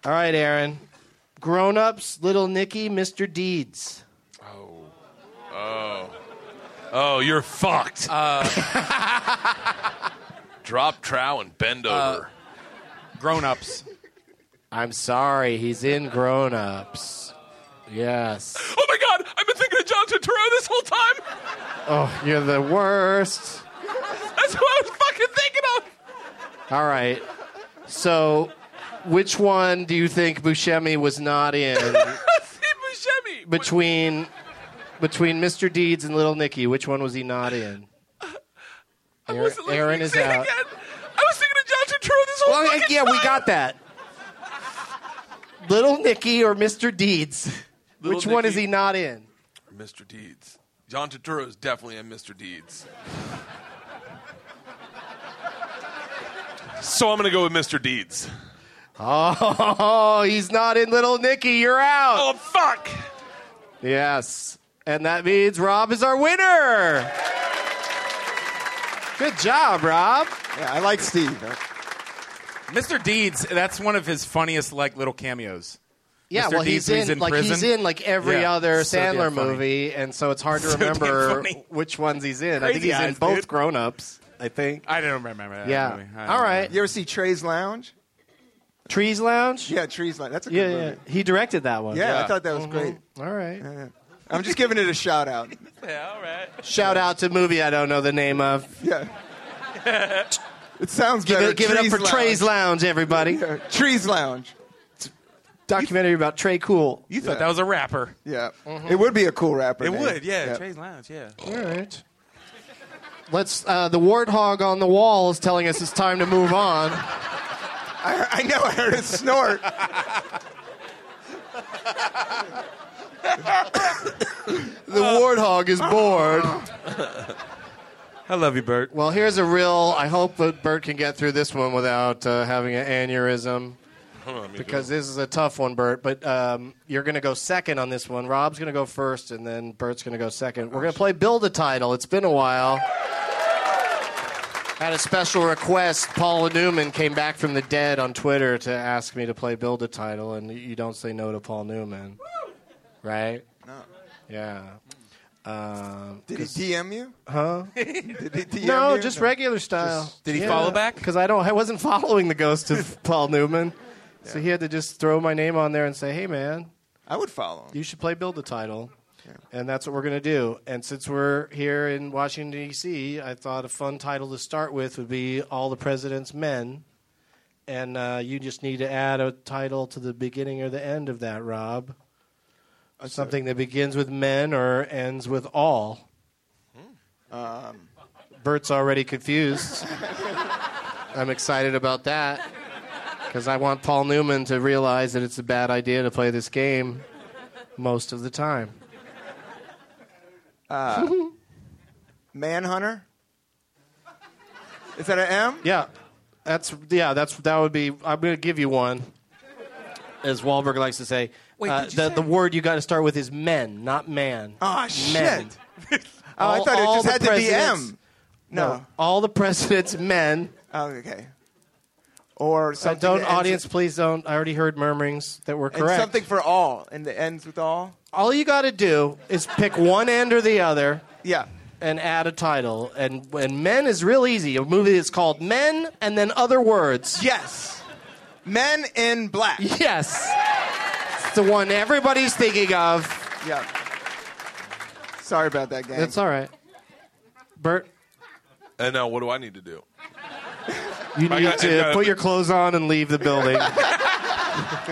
Speaker 4: All right, Aaron. Grown ups, Little Nicky, Mr. Deeds.
Speaker 5: Oh, you're fucked. <laughs> Drop trow and bend over.
Speaker 9: Grown ups.
Speaker 4: I'm sorry, he's in Grown Ups. Yes.
Speaker 5: oh my god, I've been thinking of Jonathan Turturro this whole time.
Speaker 4: Oh, you're the worst.
Speaker 5: That's who I was fucking thinking of. <laughs>
Speaker 4: All right. So, which one do you think Buscemi was not
Speaker 5: <laughs>
Speaker 4: in
Speaker 5: Steve Buscemi.
Speaker 4: between between Mr. Deeds and Little Nicky? Which one was he not in?
Speaker 5: I
Speaker 4: Aaron-
Speaker 5: wasn't listening.
Speaker 4: Aaron is
Speaker 5: Say it
Speaker 4: out.
Speaker 5: Again. I was thinking of John Turturro this whole
Speaker 4: Well,
Speaker 5: fucking
Speaker 4: yeah, we
Speaker 5: time.
Speaker 4: got that. Little Nicky or Mr. Deeds?
Speaker 5: Little
Speaker 4: which one is
Speaker 5: Nicky.
Speaker 4: he not in?
Speaker 5: Mr. Deeds. John Turturro is definitely in Mr. Deeds. so I'm gonna go with Mr. Deeds.
Speaker 4: Oh, <laughs> he's not in Little Nicky. You're out.
Speaker 5: Oh fuck!
Speaker 4: Yes. And that means Rob is our winner. Good job, Rob.
Speaker 7: yeah, I like Steve. Uh,
Speaker 9: Mr. Deeds, that's one of his funniest like little cameos.
Speaker 4: Yeah,
Speaker 9: Mr.
Speaker 4: well,
Speaker 9: Deeds,
Speaker 4: he's in,
Speaker 9: he's in
Speaker 4: like he's
Speaker 9: prison?
Speaker 4: in like every
Speaker 9: Yeah,
Speaker 4: other
Speaker 9: so damn
Speaker 4: Sandler
Speaker 9: funny.
Speaker 4: movie, and so it's hard
Speaker 9: <laughs>
Speaker 4: to
Speaker 9: So damn
Speaker 4: remember
Speaker 9: funny.
Speaker 4: <laughs> which ones he's in. I think
Speaker 9: Crazy
Speaker 4: he's in
Speaker 9: eyes,
Speaker 4: both
Speaker 9: dude.
Speaker 4: Grown Ups. I think.
Speaker 9: I don't remember that.
Speaker 4: Yeah.
Speaker 9: movie. I don't
Speaker 4: All right.
Speaker 9: remember.
Speaker 7: You ever see Trey's Lounge?
Speaker 4: Trees Lounge.
Speaker 7: Yeah, Trey's Lounge. That's a good
Speaker 4: yeah, yeah. Uh-huh.
Speaker 7: movie.
Speaker 4: He directed that one.
Speaker 7: Yeah, I thought that was great.
Speaker 4: All right.
Speaker 7: I'm just giving it a shout out.
Speaker 4: Shout out to movie I don't know the name of. <laughs>
Speaker 7: Yeah. it sounds
Speaker 4: Give,
Speaker 7: better.
Speaker 4: it, give it up
Speaker 7: Trees
Speaker 4: for
Speaker 7: Lounge.
Speaker 4: Trey's Lounge, everybody.
Speaker 7: Yeah, Trees Lounge.
Speaker 4: Documentary about Trey Cool.
Speaker 9: You thought that was a rapper.
Speaker 7: Yeah.
Speaker 4: Uh-huh.
Speaker 7: It would be a cool rapper.
Speaker 9: It
Speaker 7: name.
Speaker 9: would, yeah. Trey's Lounge, yeah.
Speaker 4: All right. Let's. Uh, the warthog on the wall is telling us it's time to move on.
Speaker 7: I, I know. I heard
Speaker 4: <laughs>
Speaker 7: it snort.
Speaker 4: The
Speaker 9: Uh.
Speaker 4: warthog is bored.
Speaker 9: <laughs> I love you, Bert.
Speaker 4: Well, here's a real. I hope that Bert can get through this one without uh, having an aneurysm because this is a tough one, Bert. But um, you're going to go second on this one. Rob's going to go first, and then Bert's going to go second. We're going to play build a title. It's been a while. Had a special request. Paula Newman came back from the dead on Twitter to ask me to play build a title, and you don't say no to Paul Newman, right? No. Yeah. Um,
Speaker 7: Did he DM you? Huh? <laughs> Did he DM
Speaker 4: no,
Speaker 7: you?
Speaker 4: just regular style.
Speaker 9: Did he follow back?
Speaker 4: Because I don't, I wasn't <laughs> following the ghost of
Speaker 9: <laughs>
Speaker 4: Paul Newman, so he had to just throw my name on there and say, "Hey, man,
Speaker 7: I would follow him.
Speaker 4: you should play build a title," and that's what we're gonna do. And since we're here in Washington D.C., I thought a fun title to start with would be "All the President's Men," and uh, you just need to add a title to the beginning or the end of that, Rob. Something that begins with men or ends with all. Bert's already confused. I'm excited about that because I want Paul Newman to realize that it's a bad idea to play this game most of the time.
Speaker 7: Manhunter? Is that an M?
Speaker 4: Yeah, that's yeah, that's that would be. I'm going to give you one, as Wahlberg likes to say.
Speaker 9: Wait,
Speaker 4: Uh,
Speaker 9: did you
Speaker 4: the,
Speaker 9: say-
Speaker 4: the word you got to start with is men, not man.
Speaker 7: Aw, Ah, shit.
Speaker 4: Men.
Speaker 7: Oh, I
Speaker 4: All-
Speaker 7: thought
Speaker 4: all
Speaker 7: it just
Speaker 4: the
Speaker 7: had to be
Speaker 4: presidents-
Speaker 7: M. No.
Speaker 4: all the president's men.
Speaker 7: Oh, okay. or
Speaker 4: Uh,
Speaker 7: something.
Speaker 4: don't
Speaker 7: that ends
Speaker 4: audience,
Speaker 7: with-
Speaker 4: please don't. I already heard murmurings that were
Speaker 7: and
Speaker 4: correct.
Speaker 7: something for all, and it ends with all.
Speaker 4: All you got to do is pick one end or the other
Speaker 7: Yeah.
Speaker 4: and add a title. And and men is real easy. A movie that's called Men and then other words.
Speaker 7: Yes. Men in black.
Speaker 4: Yes, it's the one everybody's thinking of.
Speaker 7: Yeah. Sorry about that, gang.
Speaker 4: That's all right. Bert,
Speaker 5: And now, what do I need to do?
Speaker 4: you
Speaker 5: I
Speaker 4: need
Speaker 5: got- I
Speaker 4: to
Speaker 5: got-
Speaker 4: put your clothes on and leave the
Speaker 5: <laughs>
Speaker 4: building.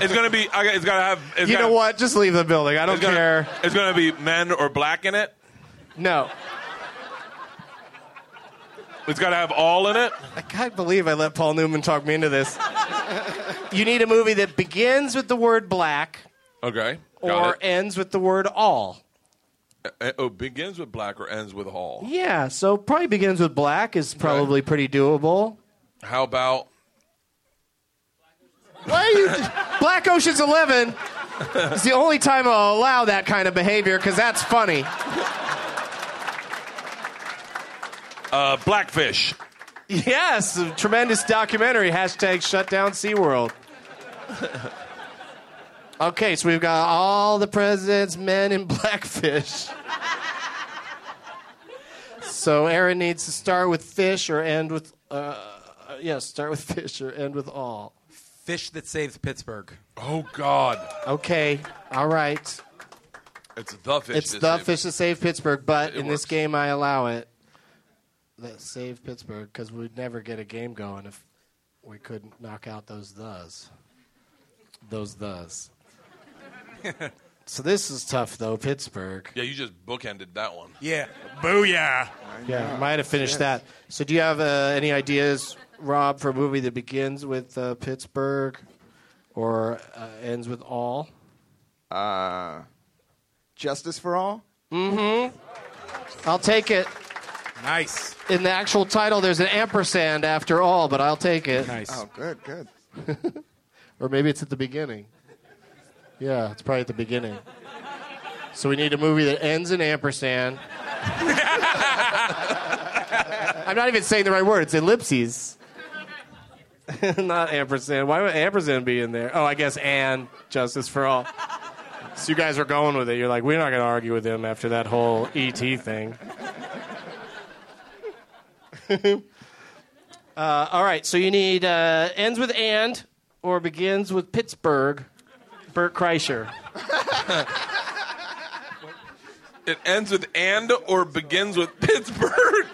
Speaker 5: It's gonna be. I, got- it's gotta have. It's
Speaker 4: you
Speaker 5: gotta,
Speaker 4: know what? Just leave the building. I don't
Speaker 5: It's gonna,
Speaker 4: care.
Speaker 5: It's gonna be men or black in it.
Speaker 4: No.
Speaker 5: It's gotta have all in it.
Speaker 4: I can't believe I let Paul Newman talk me into this. you need a movie that begins with the word black
Speaker 5: Okay.
Speaker 4: or
Speaker 5: Got it.
Speaker 4: ends with the word all.
Speaker 5: Uh, oh, begins with black or ends with all.
Speaker 4: Yeah, so probably begins with black is probably pretty doable.
Speaker 5: How about?
Speaker 4: Why are you? black Ocean's Eleven is the only time I'll allow that kind of behavior because that's funny.
Speaker 5: Uh, blackfish.
Speaker 4: Yes, a tremendous documentary. Hashtag shut down SeaWorld. okay, so we've got all the president's men in <laughs> blackfish. so Aaron needs to start with fish or end with. Uh, yeah, start with fish or end with all.
Speaker 6: Fish that saves Pittsburgh.
Speaker 5: Oh God.
Speaker 4: Okay, all right.
Speaker 5: It's the fish.
Speaker 4: It's
Speaker 5: that
Speaker 4: the
Speaker 5: saved-
Speaker 4: fish that saved Pittsburgh, but
Speaker 5: It
Speaker 4: in this
Speaker 5: works.
Speaker 4: game, I allow it. That saved Pittsburgh because we'd never get a game going if we couldn't knock out those thes. Those
Speaker 5: <laughs>
Speaker 4: thes. so this is tough though, Pittsburgh.
Speaker 5: Yeah, you just bookended that one.
Speaker 9: Yeah. Booyah.
Speaker 4: Yeah, might have finished that. So do you have uh, any ideas, Rob, for a movie that begins with uh, Pittsburgh or uh, ends with all?
Speaker 7: Justice for all.
Speaker 4: I'll take it.
Speaker 9: Nice.
Speaker 4: In the actual title, there's an ampersand after all, but I'll take it.
Speaker 9: Nice.
Speaker 7: Oh, good, good.
Speaker 4: Or maybe it's at the beginning. Yeah, it's probably at the beginning. So we need a movie that ends in ampersand. I'm not even saying the right word. It's ellipses. <laughs> not ampersand. Why would ampersand be in there? Oh, I guess and justice for all. So you guys were going with it. You're like, we're not going to argue with him after that whole ET thing. uh, all right, so you need uh, ends with and or begins with Pittsburgh. Bert Kreischer.
Speaker 5: It ends with and or begins with Pittsburgh.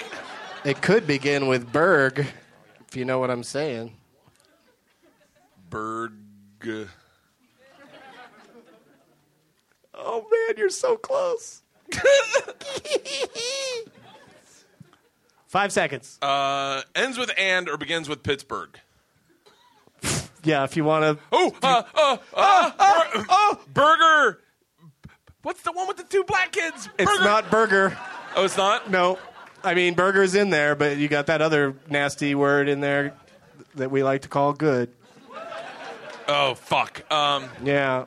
Speaker 4: It could begin with Berg, if you know what I'm saying.
Speaker 5: Berg.
Speaker 4: Oh man, you're so close. Five seconds.
Speaker 5: Uh, ends with and or begins with Pittsburgh.
Speaker 4: yeah, if you want to.
Speaker 5: Oh, uh, uh, uh, bur- burger. What's the one with the two black kids?
Speaker 4: It's
Speaker 5: burger.
Speaker 4: not burger.
Speaker 5: Oh, it's not.
Speaker 4: No, I mean burger's in there, but you got that other nasty word in there that we like to call good.
Speaker 5: Oh fuck. Um,
Speaker 4: Yeah,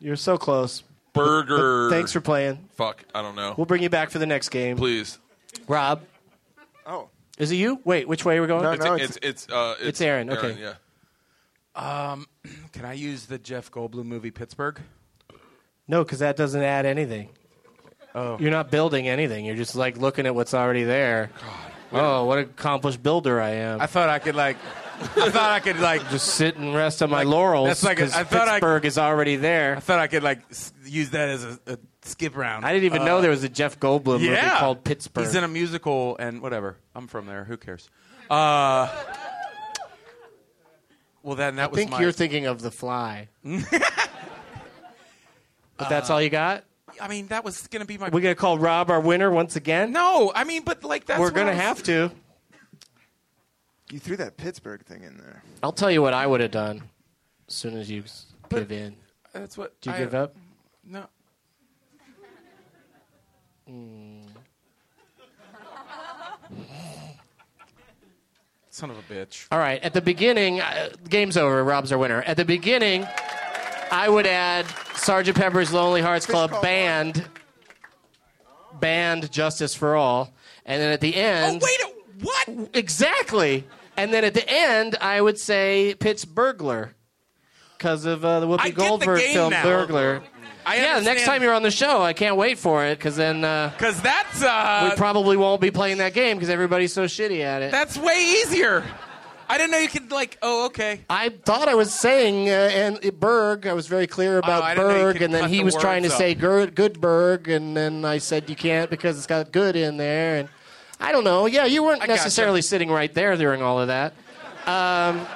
Speaker 4: you're so close.
Speaker 5: burger.
Speaker 4: Thanks for playing.
Speaker 5: Fuck. I don't know.
Speaker 4: We'll bring you back for the next game.
Speaker 5: Please.
Speaker 4: Rob,
Speaker 7: Oh,
Speaker 4: is it you? Wait, which way are we going?
Speaker 7: No,
Speaker 5: It's
Speaker 7: no,
Speaker 5: it's it's, uh, it's,
Speaker 4: It's Aaron, okay.
Speaker 5: yeah.
Speaker 6: Can I use the Jeff Goldblum movie Pittsburgh?
Speaker 4: No, because that doesn't add anything. Oh. You're not building anything. You're just like looking at what's already there. oh, what an accomplished builder I am.
Speaker 6: I thought I could like. I thought I could like.
Speaker 4: <laughs> just sit and rest on my laurels.
Speaker 6: that's like a-
Speaker 4: 'cause
Speaker 6: I thought I-
Speaker 4: Pittsburgh is already
Speaker 6: I
Speaker 4: there.
Speaker 6: thought I could like s- use that as a, a skip round.
Speaker 4: I didn't even
Speaker 6: Uh,
Speaker 4: know there was a Jeff Goldblum movie
Speaker 6: yeah.
Speaker 4: called Pittsburgh.
Speaker 6: He's in a musical and whatever. I'm from there. Who cares? Uh, well, then that
Speaker 4: I
Speaker 6: was
Speaker 4: think
Speaker 6: my.
Speaker 4: you're thinking of The <laughs> Fly. but that's all you got.
Speaker 6: I mean, that was gonna be my.
Speaker 4: We're gonna call Rob our winner once again.
Speaker 6: no, I mean, but like that's.
Speaker 4: we're
Speaker 6: what
Speaker 4: gonna
Speaker 6: I was-
Speaker 4: have to.
Speaker 7: you threw that Pittsburgh thing in there.
Speaker 4: I'll tell you what I would have done as soon as you s-
Speaker 6: But-
Speaker 4: give in.
Speaker 6: That's what.
Speaker 4: Do you
Speaker 6: I-
Speaker 4: give up?
Speaker 6: No.
Speaker 4: Hmm.
Speaker 6: Son of a bitch.
Speaker 4: All right. At the beginning, uh, game's over. Rob's our winner. At the beginning, I would add Sergeant Pepper's Lonely Hearts Club
Speaker 7: called
Speaker 4: band, band Justice for All, and then at the
Speaker 6: Oh
Speaker 4: end,
Speaker 6: wait, a- what?
Speaker 4: exactly. And then at the end, I would say Pittsburghler because of uh, the Whoopi
Speaker 3: I get the
Speaker 4: Goldberg
Speaker 3: game
Speaker 4: film
Speaker 3: now.
Speaker 4: Burglar.
Speaker 3: I
Speaker 4: yeah,
Speaker 3: understand.
Speaker 4: next time you're on the show, I can't wait for it because then uh,
Speaker 3: Because that's uh,
Speaker 4: we probably won't be playing that game because everybody's so shitty at it.
Speaker 3: that's way easier. I didn't know you could like. Oh, okay.
Speaker 4: I thought I was saying uh, and it- Berg. I was very clear about
Speaker 3: Oh, I didn't know you
Speaker 4: Berg,
Speaker 3: could
Speaker 4: and then
Speaker 3: cut
Speaker 4: he
Speaker 3: the
Speaker 4: was trying to
Speaker 3: words
Speaker 4: say
Speaker 3: up.
Speaker 4: Gur- Goodberg, and then I said you can't because it's got good in there. And I don't know. Yeah, you weren't
Speaker 3: I gotcha.
Speaker 4: necessarily sitting right there during all of that. Um,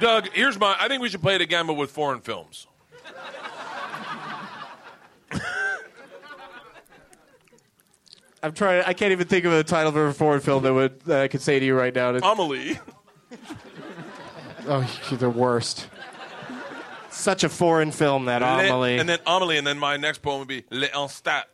Speaker 5: Doug, here's my. I think we should play it again, but with foreign films.
Speaker 4: I'm trying. I can't even think of a title for a foreign film that would that I could say to you right now.
Speaker 5: Amelie.
Speaker 4: oh, you're the worst. Such a foreign film that Amelie.
Speaker 5: And then Amelie, and then my next poem would be Le Enstat.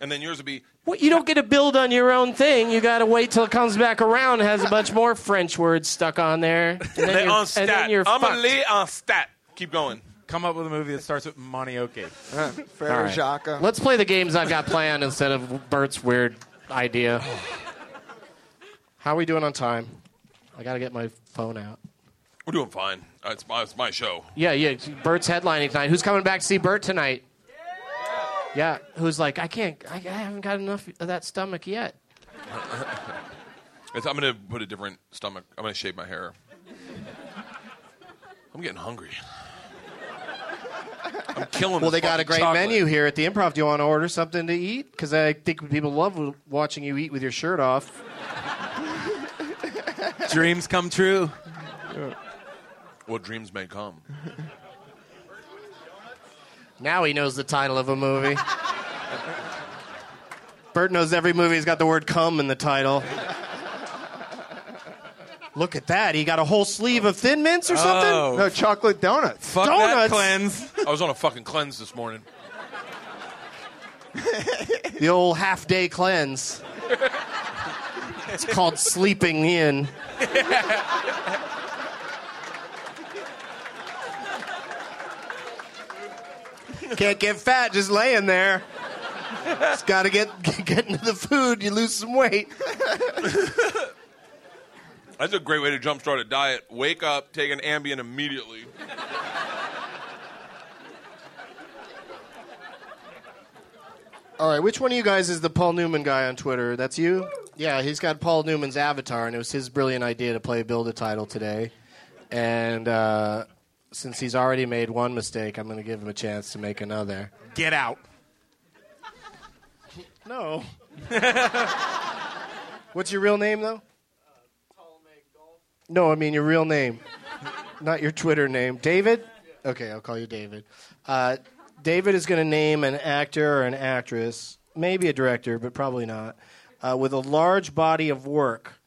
Speaker 5: And then yours would be
Speaker 4: What, you don't get to build on your own thing. You got to wait till it comes back around and has a bunch more French words stuck on there.
Speaker 3: <laughs>
Speaker 4: And
Speaker 5: Le
Speaker 4: then you're, and then you're
Speaker 5: Enstat. Amelie Enstat. Keep going.
Speaker 6: Come up with a movie that starts with Monioke.
Speaker 7: <laughs>
Speaker 4: fucked. All right.
Speaker 7: Jaka.
Speaker 4: Let's play the games I've got planned instead of Bert's weird idea. How are we doing on time? I got to get my phone out.
Speaker 5: We're doing fine. Uh, It's my, it's my show.
Speaker 4: Yeah, yeah. Bert's headlining tonight. Who's coming back to see Bert tonight? Yeah. Who's like, I can't, I, I haven't got enough of that stomach yet.
Speaker 5: It's, I'm going to put a different stomach. I'm going to shave my hair. I'm getting hungry. I'm killing
Speaker 11: Well, they
Speaker 5: this
Speaker 11: got a
Speaker 5: fucking
Speaker 11: great
Speaker 5: chocolate.
Speaker 11: menu
Speaker 4: here at the improv. Do you want to order something to eat? Because I think people love watching you eat with your shirt off.
Speaker 6: Dreams come true.
Speaker 5: What dreams may come.
Speaker 4: Now he knows the title of a movie. Bert knows every movie's got the word "cum" in the title. Look at that. He got a whole sleeve of Thin Mints or something?
Speaker 6: Oh,
Speaker 7: No, chocolate donuts.
Speaker 6: fuck that
Speaker 4: donuts.
Speaker 6: cleanse.
Speaker 5: I was on a fucking cleanse this morning.
Speaker 4: The old half day cleanse. it's called sleeping in. Can't get fat just laying there. Just gotta get <laughs> get into the food. You lose some weight.
Speaker 5: That's a great way to jumpstart a diet. Wake up, take an Ambien immediately.
Speaker 4: All right, which one of you guys is the Paul Newman guy on Twitter? That's you? Yeah, he's got Paul Newman's avatar, and it was his brilliant idea to play Build a Title today. And uh, since he's already made one mistake, I'm going to give him a chance to make another.
Speaker 3: Get out.
Speaker 4: No. What's your real name, though? No, I mean your real name, not your Twitter name. David? Okay, I'll call you David. Uh, David is going to name an actor or an actress, maybe a director, but probably not, uh, with a large body of work.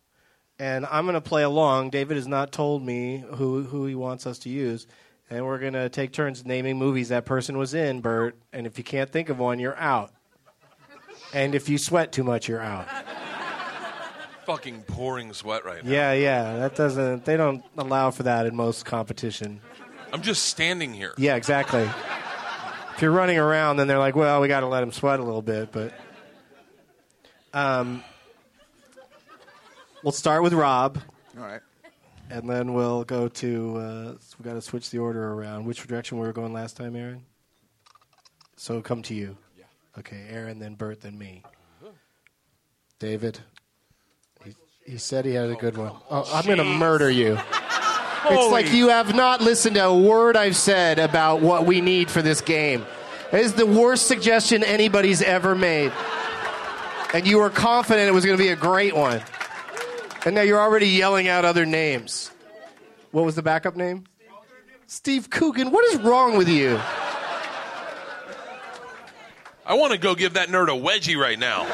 Speaker 4: And I'm going to play along. David has not told me who, who he wants us to use. And we're going to take turns naming movies that person was in, Bert. And if you can't think of one, you're out. And if you sweat too much, you're out.
Speaker 5: Fucking pouring sweat right now.
Speaker 4: Yeah, yeah. That doesn't. They don't allow for that in most competition.
Speaker 5: I'm just standing here.
Speaker 4: Yeah, exactly. if you're running around, then they're like, "Well, we got to let him sweat a little bit." But um, we'll start with Rob,
Speaker 7: All right.
Speaker 4: and then we'll go to. Uh, we got to switch the order around. Which direction we were going last time, Aaron? So come to you. Yeah. Okay, Aaron, then Bert, then me. David. He, he said he had a good one. Oh, I'm going to murder <laughs> you. It's like you have not listened to a word I've said about what we need for this game. It is the worst suggestion anybody's ever made. And you were confident it was going to be a great one. And now you're already yelling out other names. What was the backup name? Steve Coogan. What is wrong with you?
Speaker 5: I want to go give that nerd a wedgie right now.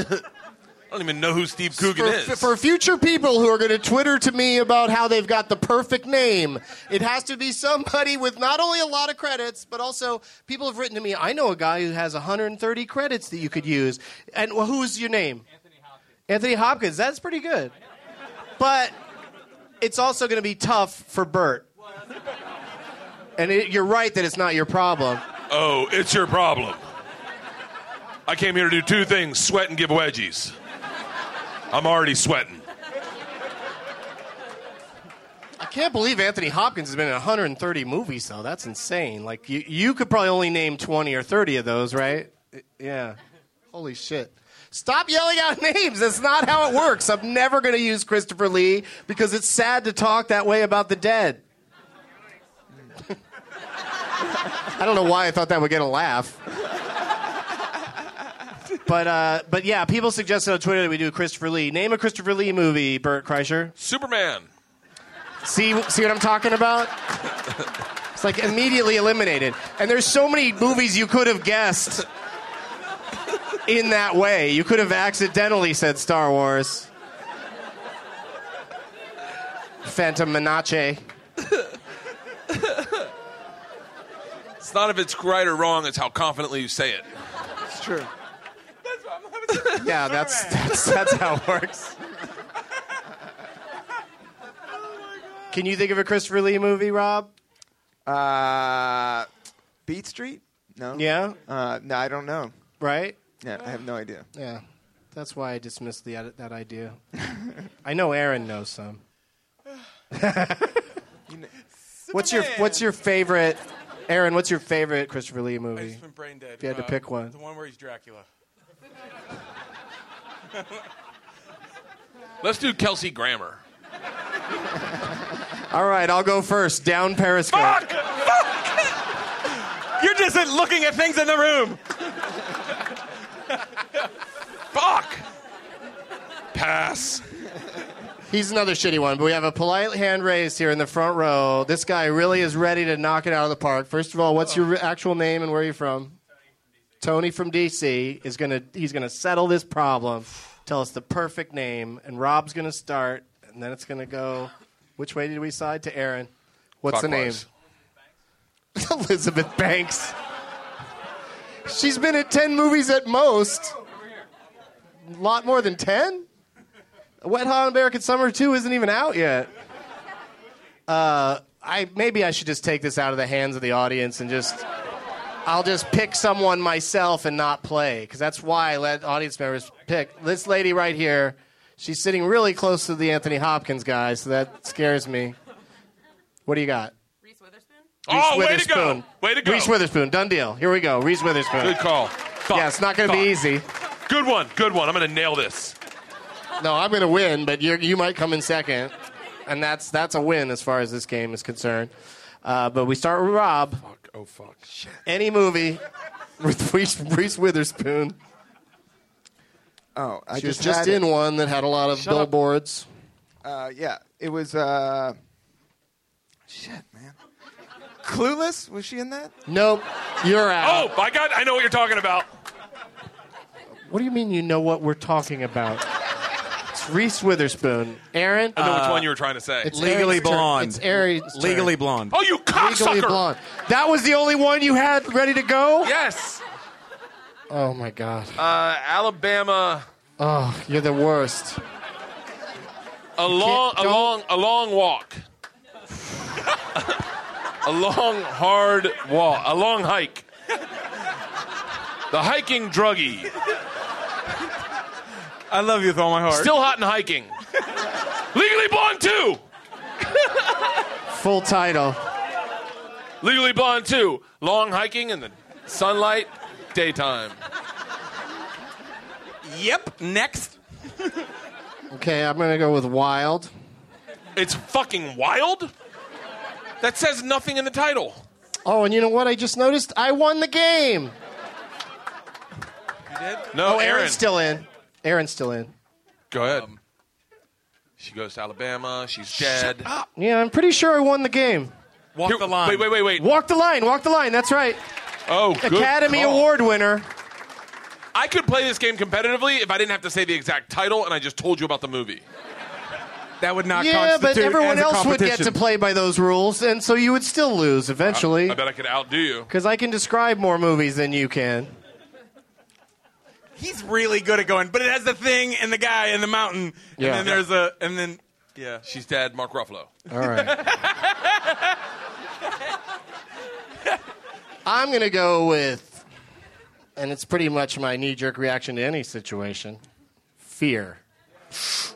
Speaker 5: I don't even know who Steve Coogan
Speaker 4: for,
Speaker 5: is.
Speaker 4: for future people who are going to Twitter to me about how they've got the perfect name, it has to be somebody with not only a lot of credits, but also people have written to me. I know a guy who has 130 credits that you could use. And well, who's your name? Anthony Hopkins. Anthony Hopkins. That's pretty good. But it's also going to be tough for Bert. And it, you're right that it's not your problem.
Speaker 5: oh, it's your problem. I came here to do two things sweat and give wedgies. I'm already sweating.
Speaker 4: I can't believe Anthony Hopkins has been in 130 movies, though. That's insane. Like, you, you could probably only name 20 or 30 of those, right? I- Yeah. Holy shit. Stop yelling out <laughs> names. That's not how it works. I'm never going to use Christopher Lee because it's sad to talk that way about the dead. <laughs> I don't know why I thought that would get a laugh. But uh, but yeah, people suggested on Twitter that we do Christopher Lee. Name a Christopher Lee movie, Bert Kreischer.
Speaker 5: Superman.
Speaker 4: See, see what I'm talking about? It's like immediately eliminated. And there's so many movies you could have guessed in that way. You could have accidentally said Star Wars, Phantom Menace.
Speaker 5: It's not if it's right or wrong, it's how confidently you say it.
Speaker 4: It's true. yeah, that's, that's that's how it works. Can you think of a Christopher Lee movie, Rob?
Speaker 7: Uh, Beat Street? No.
Speaker 4: Yeah?
Speaker 7: Uh, no, I don't know.
Speaker 4: Right?
Speaker 7: Yeah, I have no idea.
Speaker 4: Yeah, that's why I dismissed the that idea. I know Aaron knows some. what's your What's your favorite, Aaron? What's your favorite Christopher Lee movie?
Speaker 6: It's been brain dead.
Speaker 4: If you had to
Speaker 6: Uh,
Speaker 4: pick one,
Speaker 6: The one where he's Dracula.
Speaker 5: <laughs> Let's do Kelsey Grammer.
Speaker 4: all right, I'll go first. Down Periscope.
Speaker 9: You're just looking at things in the room.
Speaker 5: Fuck! Pass.
Speaker 4: He's another shitty one, but we have a polite hand raised here in the front row. This guy really is ready to knock it out of the park. First of all, what's your re- actual name and where are you from? Tony from DC is gonna he's gonna settle this problem. Tell us the perfect name, and Rob's gonna start, and then it's gonna go. Which way did we side to Aaron? What's the name? <laughs> Elizabeth Banks. She's been at ten movies at most. A lot more than ten. Wet Hot American Summer 2 isn't even out yet. Uh, I maybe I should just take this out of the hands of the audience and just I'll just pick someone myself and not play because that's why I let audience members pick. This lady right here, she's sitting really close to the Anthony Hopkins guy, so that scares me. What do you got? Reese
Speaker 5: Oh, way to
Speaker 4: Witherspoon.
Speaker 5: go. Way to go.
Speaker 4: Reese Witherspoon. Done deal. Here we go. Reese Witherspoon.
Speaker 5: Good call.
Speaker 4: yeah, it's not going to be easy.
Speaker 5: Good one. Good one. I'm going to nail this.
Speaker 4: No, I'm going to win, but you you might come in second, and that's that's a win as far as this game is concerned. Uh, but we start with Rob. Fuck!
Speaker 5: Oh fuck! Shit.
Speaker 4: Any movie with Reese, Reese Witherspoon.
Speaker 7: Oh, I
Speaker 4: she was
Speaker 7: just
Speaker 4: just
Speaker 7: had
Speaker 4: in
Speaker 7: it.
Speaker 4: one that had a lot of
Speaker 7: Shut up.
Speaker 4: billboards.
Speaker 7: Uh, yeah, it was. Uh, shit, man. Clueless? Was she in that?
Speaker 4: Nope, you're out.
Speaker 5: Oh, I got. I know what you're talking about. Oh!
Speaker 4: What do you mean you know what we're talking about? it's Reese Witherspoon. Aaron.
Speaker 5: I know which
Speaker 4: uh,
Speaker 5: one you were trying to say.
Speaker 4: It's
Speaker 6: Legally
Speaker 4: Aaron's turn.
Speaker 6: Blonde.
Speaker 4: It's Aaron's turn.
Speaker 6: Legally blonde.
Speaker 5: oh, you
Speaker 4: Legally
Speaker 5: cocksucker!
Speaker 4: blonde. That was the only one you had ready to go.
Speaker 5: Yes.
Speaker 4: Oh my god.
Speaker 5: Uh, Alabama.
Speaker 4: Oh, you're the worst.
Speaker 5: A long, a
Speaker 4: don't-
Speaker 5: long, a long walk. a long, hard walk. A long hike. The hiking druggie.
Speaker 6: I love you with all my heart.
Speaker 5: Still hot and hiking. Legally Blonde 2.
Speaker 4: Full title.
Speaker 5: Legally Blonde 2. Long hiking in the sunlight, daytime.
Speaker 6: Yep. Next.
Speaker 4: Okay, I'm gonna go with wild.
Speaker 5: It's fucking wild? That says nothing in the title.
Speaker 4: Oh, and you know what? I just noticed I won the game.
Speaker 5: No,
Speaker 4: oh,
Speaker 5: Aaron.
Speaker 4: Aaron's still in. Aaron's still in.
Speaker 5: Go ahead. Um, she goes to Alabama. She's dead.
Speaker 4: Yeah, I'm pretty sure I won the game.
Speaker 6: Walk
Speaker 5: Here-
Speaker 6: the line.
Speaker 5: Wait, wait, wait, wait.
Speaker 4: Walk the line. Walk the line. That's right.
Speaker 5: Oh, good
Speaker 4: Academy
Speaker 5: call.
Speaker 4: Award winner.
Speaker 5: I could play this game competitively if I didn't have to say the exact title and I just told you about the movie.
Speaker 6: That would not
Speaker 4: yeah,
Speaker 6: constitute
Speaker 4: but everyone
Speaker 6: as a
Speaker 4: else would get
Speaker 6: competition.
Speaker 4: to play by those rules, and so you would still lose eventually.
Speaker 5: Uh, I bet I could outdo you.
Speaker 4: Because I can describe more movies than you can.
Speaker 6: He's really good at going, but it has the thing and the guy in the mountain,
Speaker 4: Yeah.
Speaker 6: and then there's a, and then yeah.
Speaker 5: She's dead. Mark Ruffalo.
Speaker 4: All right. I'm going to go with, and it's pretty much my knee jerk reaction to any situation fear.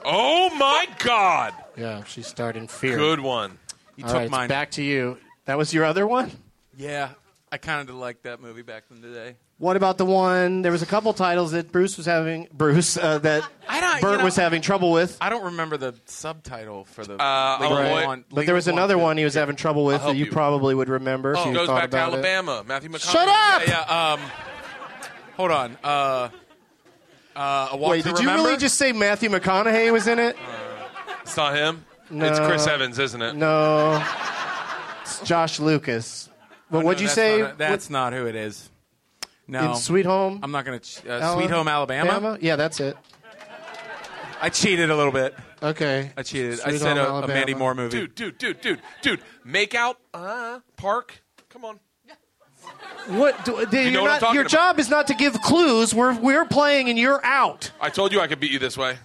Speaker 5: Oh my God!
Speaker 4: Yeah, she starred in Fear.
Speaker 5: Good one.
Speaker 4: You
Speaker 6: You
Speaker 4: took
Speaker 6: took mine.
Speaker 4: Back to you. That was your other one.
Speaker 6: Yeah, I kind of liked that movie back in the day.
Speaker 4: What about the one? There was a couple titles that Bruce was having. Bruce uh, that
Speaker 6: I don't- you
Speaker 4: Bert
Speaker 6: know-
Speaker 4: was having trouble with.
Speaker 6: I don't remember the subtitle for the.
Speaker 5: Uh,
Speaker 6: League of
Speaker 5: Right.
Speaker 6: One-
Speaker 5: want-
Speaker 4: but there was another one he was having trouble with
Speaker 6: I'll
Speaker 4: that you,
Speaker 6: help you.
Speaker 4: probably would remember. if
Speaker 6: Oh.
Speaker 4: you
Speaker 6: Goes
Speaker 4: thought
Speaker 6: back to
Speaker 4: about it.
Speaker 5: Alabama, Matthew McConaughey.
Speaker 4: Shut up!
Speaker 5: Yeah, yeah, um,
Speaker 6: hold on. Uh, uh, a walk
Speaker 4: Wait,
Speaker 6: to
Speaker 4: did
Speaker 6: remember?
Speaker 4: you really just say Matthew McConaughey was in it?
Speaker 5: it's not him.
Speaker 4: No.
Speaker 5: It's Chris Evans, isn't it?
Speaker 4: No, it's Josh Lucas. But
Speaker 6: Oh, No,
Speaker 4: what'd you
Speaker 6: that's
Speaker 4: say?
Speaker 6: not- that's not who it is. No.
Speaker 4: In Sweet Home?
Speaker 6: I'm not going to.
Speaker 4: What-
Speaker 6: Uh, Sweet Home Alabama?
Speaker 4: Yeah, that's it.
Speaker 6: I cheated a little bit.
Speaker 4: Okay.
Speaker 6: I cheated. I
Speaker 4: Sweet
Speaker 6: said
Speaker 4: Home,
Speaker 6: a, a Mandy
Speaker 4: Alabama.
Speaker 6: Moore movie.
Speaker 5: Dude, dude, dude, dude, dude. Make out, uh, park. Come on.
Speaker 4: What? Do, you
Speaker 5: know what I'm talking
Speaker 4: your
Speaker 5: about.
Speaker 4: job is not to give clues. We're we're playing, and you're out.
Speaker 5: I told you I could beat you this way.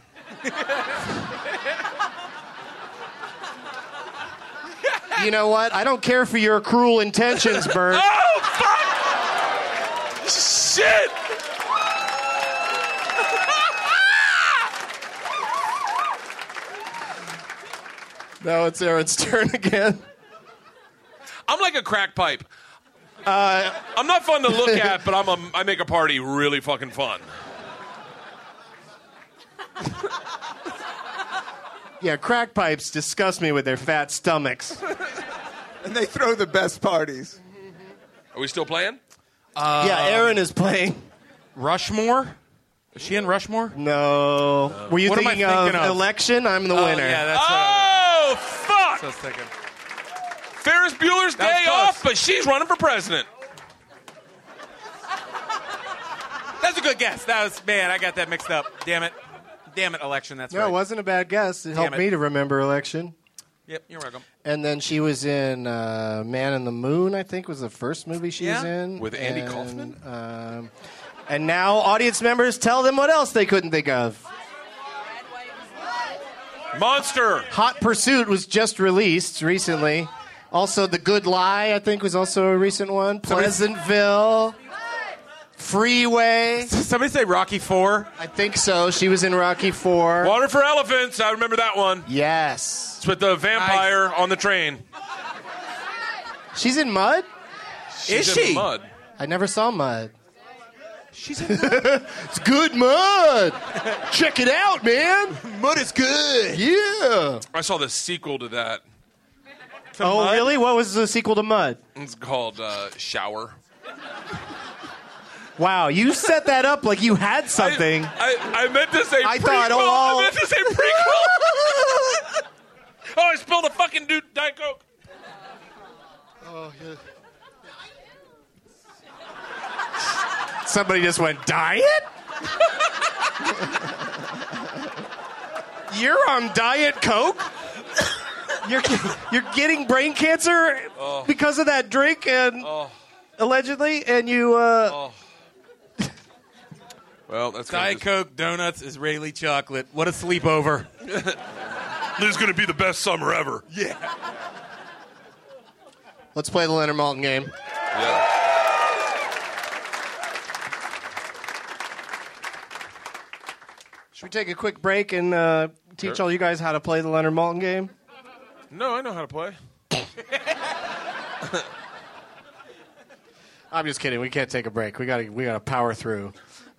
Speaker 4: You know what? I don't care for your cruel
Speaker 6: <laughs>
Speaker 4: intentions, Bert.
Speaker 6: Ah!
Speaker 5: Shit!
Speaker 4: now it's Aaron's turn again.
Speaker 5: I'm like a crack pipe. I'm not fun to look at, but I'm a, I make a party really fucking fun.
Speaker 4: Yeah, crack pipes disgust me with their fat stomachs.
Speaker 7: And they throw the best parties.
Speaker 5: Are we still playing?
Speaker 4: yeah, Aaron is playing.
Speaker 6: Rushmore? Is she in Rushmore?
Speaker 4: No. Were you
Speaker 6: What am I
Speaker 4: thinking,
Speaker 6: thinking of?
Speaker 4: election? I'm the
Speaker 6: Oh,
Speaker 4: winner.
Speaker 6: yeah, that's
Speaker 5: Oh
Speaker 6: what I
Speaker 5: fuck!
Speaker 6: was thinking.
Speaker 5: Ferris Bueller's
Speaker 6: That was
Speaker 5: Day
Speaker 6: close.
Speaker 5: Off, but she's running for president.
Speaker 6: That's a good guess. That was man. I got that mixed up. Damn it. Damn it. Election. That's
Speaker 4: no,
Speaker 6: right.
Speaker 4: it wasn't a bad guess. It helped
Speaker 6: it.
Speaker 4: me to remember election.
Speaker 6: Yep. You're welcome.
Speaker 4: And then she was in uh, Man in the Moon, I think was the first movie she was
Speaker 6: Yeah.
Speaker 4: in.
Speaker 5: With Andy
Speaker 4: And,
Speaker 5: Kaufman?
Speaker 4: Um, and now, audience members, tell them what else they couldn't think of.
Speaker 5: Monster.
Speaker 4: Hot Pursuit was just released recently. Also, The Good Lie, I think, was also a recent one. Pleasantville. Freeway.
Speaker 6: Somebody say Rocky Four.
Speaker 4: I think so. She was in Rocky Four.
Speaker 5: Water for elephants. I remember that one.
Speaker 4: Yes.
Speaker 5: It's with the vampire on the train.
Speaker 4: She's in Mud?
Speaker 5: She's
Speaker 6: Is
Speaker 5: in
Speaker 6: she?
Speaker 5: Mud.
Speaker 4: I never saw Mud.
Speaker 6: She's in
Speaker 4: <laughs> It's good mud. Check it out, man. Mud is good. Yeah.
Speaker 5: I saw the sequel to that.
Speaker 4: oh, really? What was the sequel to Mud?
Speaker 5: It's called uh, Shower.
Speaker 4: Wow, you set that up like you had something.
Speaker 5: I, I, I meant to say
Speaker 4: I
Speaker 5: prequel.
Speaker 4: thought, oh, all-
Speaker 5: I meant to say
Speaker 4: <laughs>
Speaker 5: prequel. oh, I spilled a fucking dude Diet Coke.
Speaker 4: Somebody just went diet. you're on diet coke. You're you're getting brain cancer because of that drink and allegedly, and you. Uh,
Speaker 5: Well, that's gonna
Speaker 6: Diet
Speaker 5: just-
Speaker 6: Coke, donuts, Israeli chocolate. What a sleepover.
Speaker 5: This is going to be the best summer ever.
Speaker 4: Let's play the Leonard Malton game.
Speaker 5: Yeah.
Speaker 4: Should we take a quick break and uh, teach
Speaker 5: Sure.
Speaker 4: all you guys how to play the Leonard Malton game?
Speaker 5: No, I know how to play.
Speaker 4: I'm just kidding. We can't take a break. We got to we got to power through,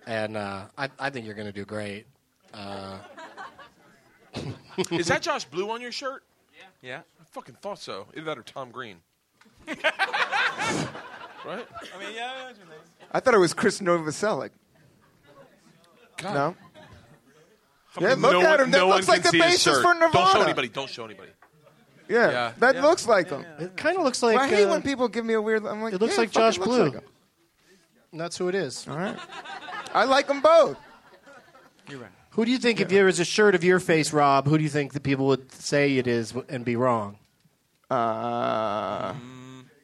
Speaker 4: and uh, I I think you're gonna do great. <laughs>
Speaker 5: Is that Josh Blue on your shirt?
Speaker 6: Yeah.
Speaker 5: I fucking thought so. Either that or Tom Green. right?
Speaker 6: I mean, yeah.
Speaker 7: I thought it was Chris Novoselic. No? Yeah, look
Speaker 5: no
Speaker 7: at
Speaker 5: one,
Speaker 7: him. That
Speaker 5: no
Speaker 7: looks
Speaker 5: one
Speaker 7: like
Speaker 5: can
Speaker 7: the
Speaker 5: see his
Speaker 7: basis
Speaker 5: shirt.
Speaker 7: for
Speaker 5: Don't show
Speaker 7: Nirvana.
Speaker 5: anybody. Don't show anybody.
Speaker 7: Yeah,
Speaker 5: Yeah.
Speaker 7: that looks like him.
Speaker 4: It kind of looks like
Speaker 7: I hate
Speaker 4: uh,
Speaker 7: when people give me a weird. I'm like,
Speaker 4: it looks
Speaker 7: yeah,
Speaker 4: like
Speaker 7: fucking
Speaker 4: Josh
Speaker 7: looks
Speaker 4: Blue.
Speaker 7: like him.
Speaker 4: that's who it is.
Speaker 7: All right, I like them both.
Speaker 4: Who do you think, if there was a shirt of your face, Rob, who do you think the people would say it is w- and be wrong?
Speaker 7: Uh,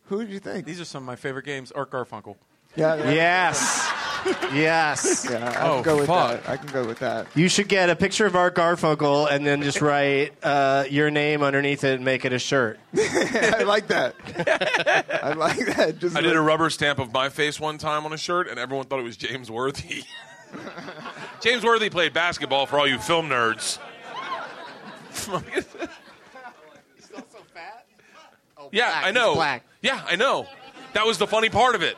Speaker 7: who do you think?
Speaker 6: These are some of my favorite games. Art Garfunkel.
Speaker 7: yeah, yeah.
Speaker 4: Yes. yes.
Speaker 7: yeah, I
Speaker 6: Oh,
Speaker 7: can go with
Speaker 6: fuck.
Speaker 7: that. I can go with that. <laughs>
Speaker 4: You should get a picture of Art Garfunkel and then just write uh, your name underneath it and make it a shirt.
Speaker 7: I like that. I like that. Just
Speaker 5: I did a rubber stamp of my face one time on a shirt, and everyone thought it <laughs> was James Worthy. James Worthy played basketball for all you film nerds. yeah, I know. Yeah, I know. That was the funny part of it.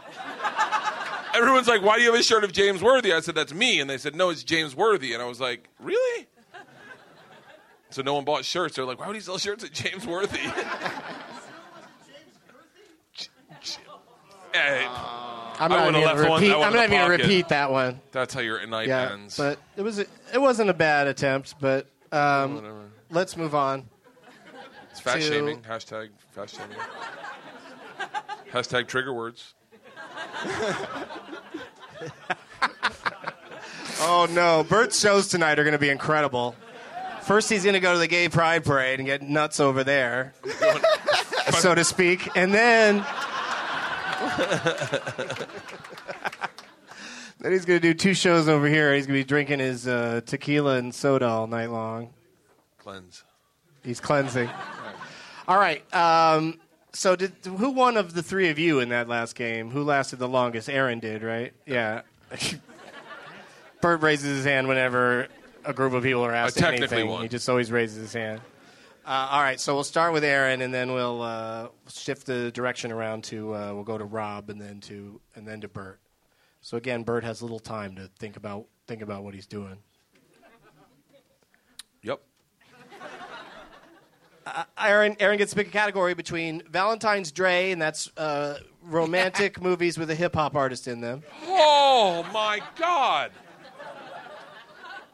Speaker 5: Everyone's like, "Why do you have a shirt of James Worthy?" I said, "That's me," and they said, "No, it's James Worthy," and I was like, "Really?" So no one bought shirts. They're like, "Why would he sell shirts at James Worthy?" <laughs> Hey,
Speaker 4: I'm
Speaker 5: I
Speaker 4: not
Speaker 5: would've
Speaker 4: even
Speaker 5: left
Speaker 4: gonna
Speaker 5: one-
Speaker 4: repeat-
Speaker 5: that one
Speaker 4: I'm not
Speaker 5: in the
Speaker 4: even gonna
Speaker 5: pocket.
Speaker 4: repeat that one.
Speaker 5: That's how your night
Speaker 4: yeah,
Speaker 5: ends.
Speaker 4: but it was a, it wasn't a bad attempt. But um, let's move on.
Speaker 5: It's fat
Speaker 4: to-
Speaker 5: shaming. Hashtag fat <laughs> shaming. Hashtag trigger words.
Speaker 4: Oh no, Bert's shows tonight are going to be incredible. First, he's going to go to the Gay Pride Parade and get nuts over <laughs> there, so to speak, and <laughs> then then he's going to do two shows over here. He's going to be drinking his uh, tequila and soda all night long.
Speaker 5: Cleanse.
Speaker 4: He's cleansing. All right. Um, so, did, who won of the three of you in that last game? Who lasted the longest? Aaron did, right? Yeah. <laughs> Bert raises his hand whenever a group of people are asked
Speaker 5: technically
Speaker 4: anything.
Speaker 5: won.
Speaker 4: He just always raises his hand. Uh, all right. So we'll start with Aaron, and then we'll uh, shift the direction around to uh, we'll go to Rob, and then to and then to Bert. So again, Bert has little time to think about think about what he's doing.
Speaker 5: Yep.
Speaker 4: Uh, Aaron, Aaron gets to pick a category between Valentine's Dre, and that's uh, romantic movies with a hip hop artist in them,
Speaker 5: Oh my God!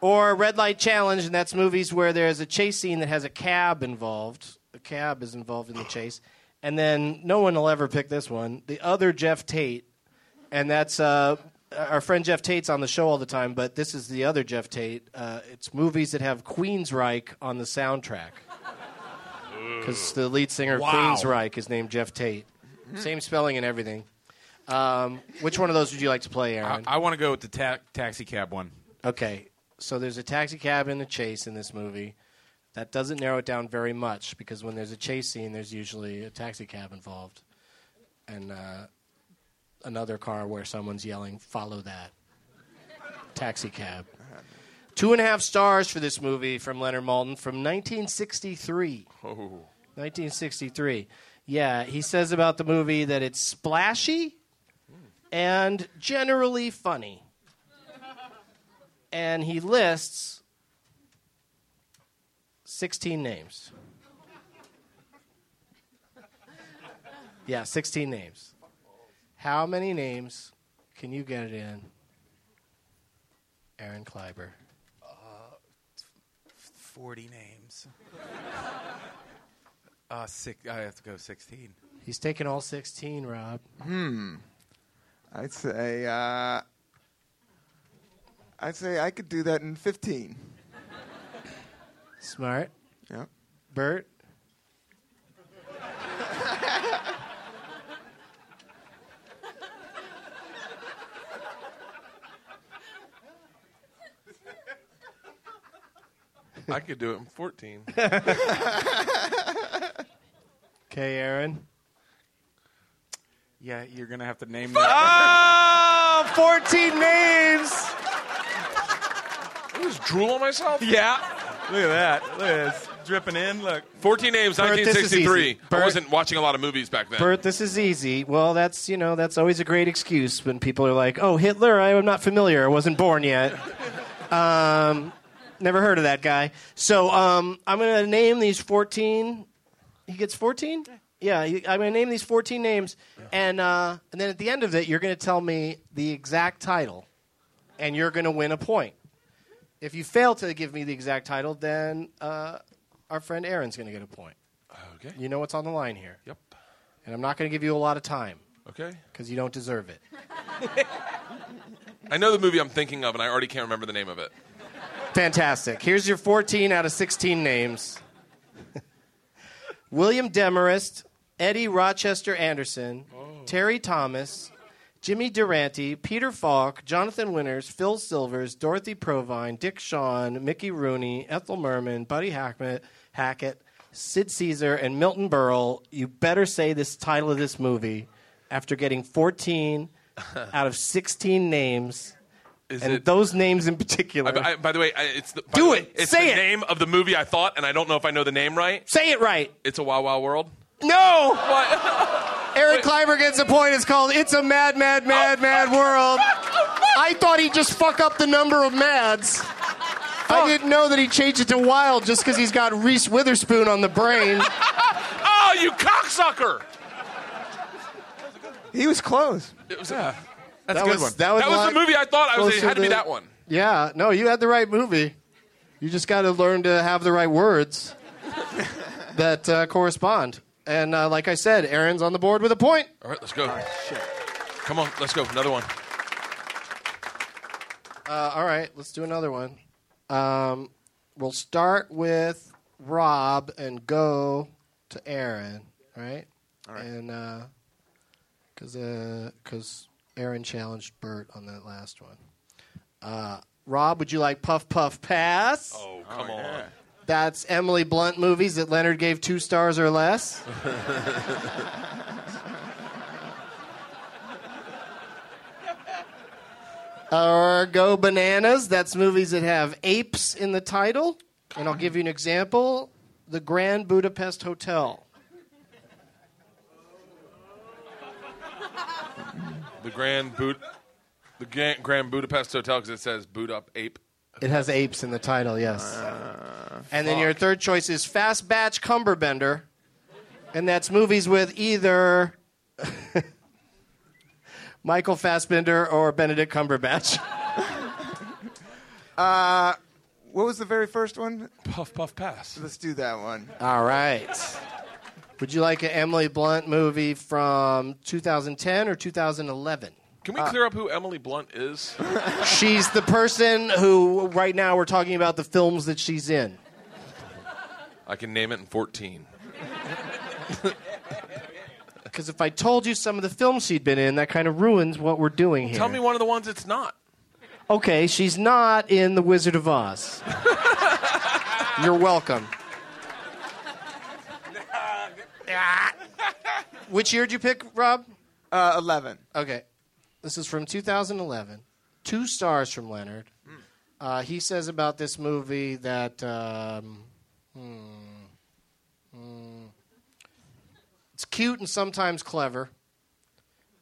Speaker 4: or Red Light Challenge, and that's movies where there's a chase scene that has a cab involved. A cab is involved in the chase. And then no one will ever pick this one. The other Jeff Tate, and that's uh, our friend Jeff Tate's on the show all the time, but this is the other Jeff Tate. Uh, it's movies that have Queensryche on the soundtrack. because the lead singer of
Speaker 6: Wow.
Speaker 4: Queensryche is named Jeff Tate. Same spelling and everything. Um, which one of those would you like to play,
Speaker 6: I,
Speaker 4: Aaron?
Speaker 6: I want to go with the ta- taxi cab one.
Speaker 4: okay, so there's a taxi cab and a chase in this movie. That doesn't narrow it down very much because when there's a chase scene, there's usually a taxi cab involved and uh, another car where someone's yelling, "Follow that taxi cab." Two and a half stars for this movie from Leonard Maltin from 1963. 1963. Yeah, he says about the movie that it's splashy and generally funny. And he lists 16 names. Yeah, 16 names. How many names can you get it in, Aaron Kleiber?
Speaker 6: Forty names. <laughs> Uh, six, I have to go sixteen.
Speaker 4: He's taken all 16, Rob.
Speaker 7: Hmm. I'd say uh, I'd say I could do that in 15.
Speaker 4: Smart.
Speaker 7: Yeah.
Speaker 4: Bert.
Speaker 5: I could do it in 14.
Speaker 4: Okay, Aaron.
Speaker 6: Yeah, you're gonna have to <laughs> name. Ah,
Speaker 4: Oh, 14 names.
Speaker 5: I just drool on myself.
Speaker 6: Yeah. Look at that. Look at this. Dripping in. Look.
Speaker 5: 14 names,
Speaker 4: Bert, this is
Speaker 5: 1963.
Speaker 4: easy.
Speaker 5: I
Speaker 4: Bert-
Speaker 5: wasn't watching a lot of movies back then.
Speaker 4: Bert, this is easy. Well, that's you know that's always a great excuse when people are like, "Oh, Hitler, I am not familiar. I wasn't born yet. <laughs> Um, never heard of that guy." So um, I'm going to name these 14. He gets 14. Yeah, you- I'm going to name these 14 names, and uh, and then at the end of it, you're going to tell me the exact title, and you're going to win a point. If you fail to give me the exact title, then uh, our friend Aaron's going to get a point.
Speaker 5: Okay.
Speaker 4: You know what's on the line here.
Speaker 5: Yep.
Speaker 4: And I'm not going to give you a lot of time
Speaker 5: Okay.
Speaker 4: because you don't deserve it.
Speaker 5: I know the movie I'm thinking of, and I already can't remember the name of it.
Speaker 4: Fantastic. Here's your 14 out of 16 names <laughs> William Demarest, Eddie Rochester Anderson,
Speaker 5: Oh.
Speaker 4: Terry Thomas, Jimmy Durante, Peter Falk, Jonathan Winters, Phil Silvers, Dorothy Provine, Dick Shawn, Mickey Rooney, Ethel Merman, Buddy Hackett, Hackett, Sid Caesar, and Milton Berle. You better say this title of
Speaker 5: <laughs>
Speaker 4: this movie after getting 14 out of 16 names
Speaker 5: Is
Speaker 4: and
Speaker 5: it-
Speaker 4: those names in particular.
Speaker 5: I, I- by the way, I, it's the, by
Speaker 4: Do
Speaker 5: the way,
Speaker 4: it.
Speaker 5: It's
Speaker 4: Say
Speaker 5: the
Speaker 4: it.
Speaker 5: name of the movie I thought, and I don't know if I know the name right.
Speaker 4: Say it right.
Speaker 5: It's a Wild Wild World.
Speaker 4: No!
Speaker 5: What? <laughs>
Speaker 4: Eric Kleiber gets a point. It's called It's a Mad, Mad,
Speaker 5: Oh.
Speaker 4: Mad, Mad
Speaker 5: <laughs>
Speaker 4: World. I thought he'd just fuck up the number of mads. I didn't know that he changed it to wild just because he's got Reese Witherspoon on the brain.
Speaker 5: oh, you cocksucker!
Speaker 7: He was close.
Speaker 5: It was yeah.
Speaker 4: That's
Speaker 5: a good one. That was the movie I thought I was- it had to be that one.
Speaker 4: Yeah, no, you had the right movie. You just got to learn to have the right words <laughs> that uh, correspond. And uh, like I said, Aaron's on the board with a point.
Speaker 5: All right, let's go. Come on, let's go. Another one.
Speaker 4: Uh, all right, let's do another one. Um, we'll start with Rob and go to Aaron. All right. All right. And because uh, 'cause Aaron challenged Bert on that last one. Uh, Rob, would you like puff puff pass?
Speaker 5: Oh, come on.
Speaker 4: That's Emily Blunt movies that Leonard gave two stars or less. or Go Bananas. That's movies that have apes in the title. And I'll give you an example The Grand Budapest Hotel.
Speaker 5: The Grand Boot, the Grand, Grand Budapest Hotel because it says boot up ape.
Speaker 4: It has apes in the title, yes. and then your third choice is Fast Batch Cumberbender. And that's movies with either <laughs> Michael Fassbender or Benedict Cumberbatch.
Speaker 7: Uh, what was the very first one?
Speaker 5: Puff puff pass.
Speaker 7: Let's do that one.
Speaker 4: All right. Would you like an Emily Blunt movie from 2010 or 2011?
Speaker 5: Can we clear up who Emily Blunt is?
Speaker 4: She's the person who, right now, we're talking about the films that she's in.
Speaker 5: I can name it in 14.
Speaker 4: Because if I told you some of the films she'd been in, that kind of ruins what we're doing here.
Speaker 5: Tell me one of the ones it's not. <laughs>
Speaker 4: Okay, she's not in The Wizard of Oz. You're welcome. Which year did you pick, Rob?
Speaker 7: Uh, 11.
Speaker 4: Okay. This is from 2011. Two stars from Leonard. Uh, he says about this movie that. Um, hmm, hmm, it's cute and sometimes clever.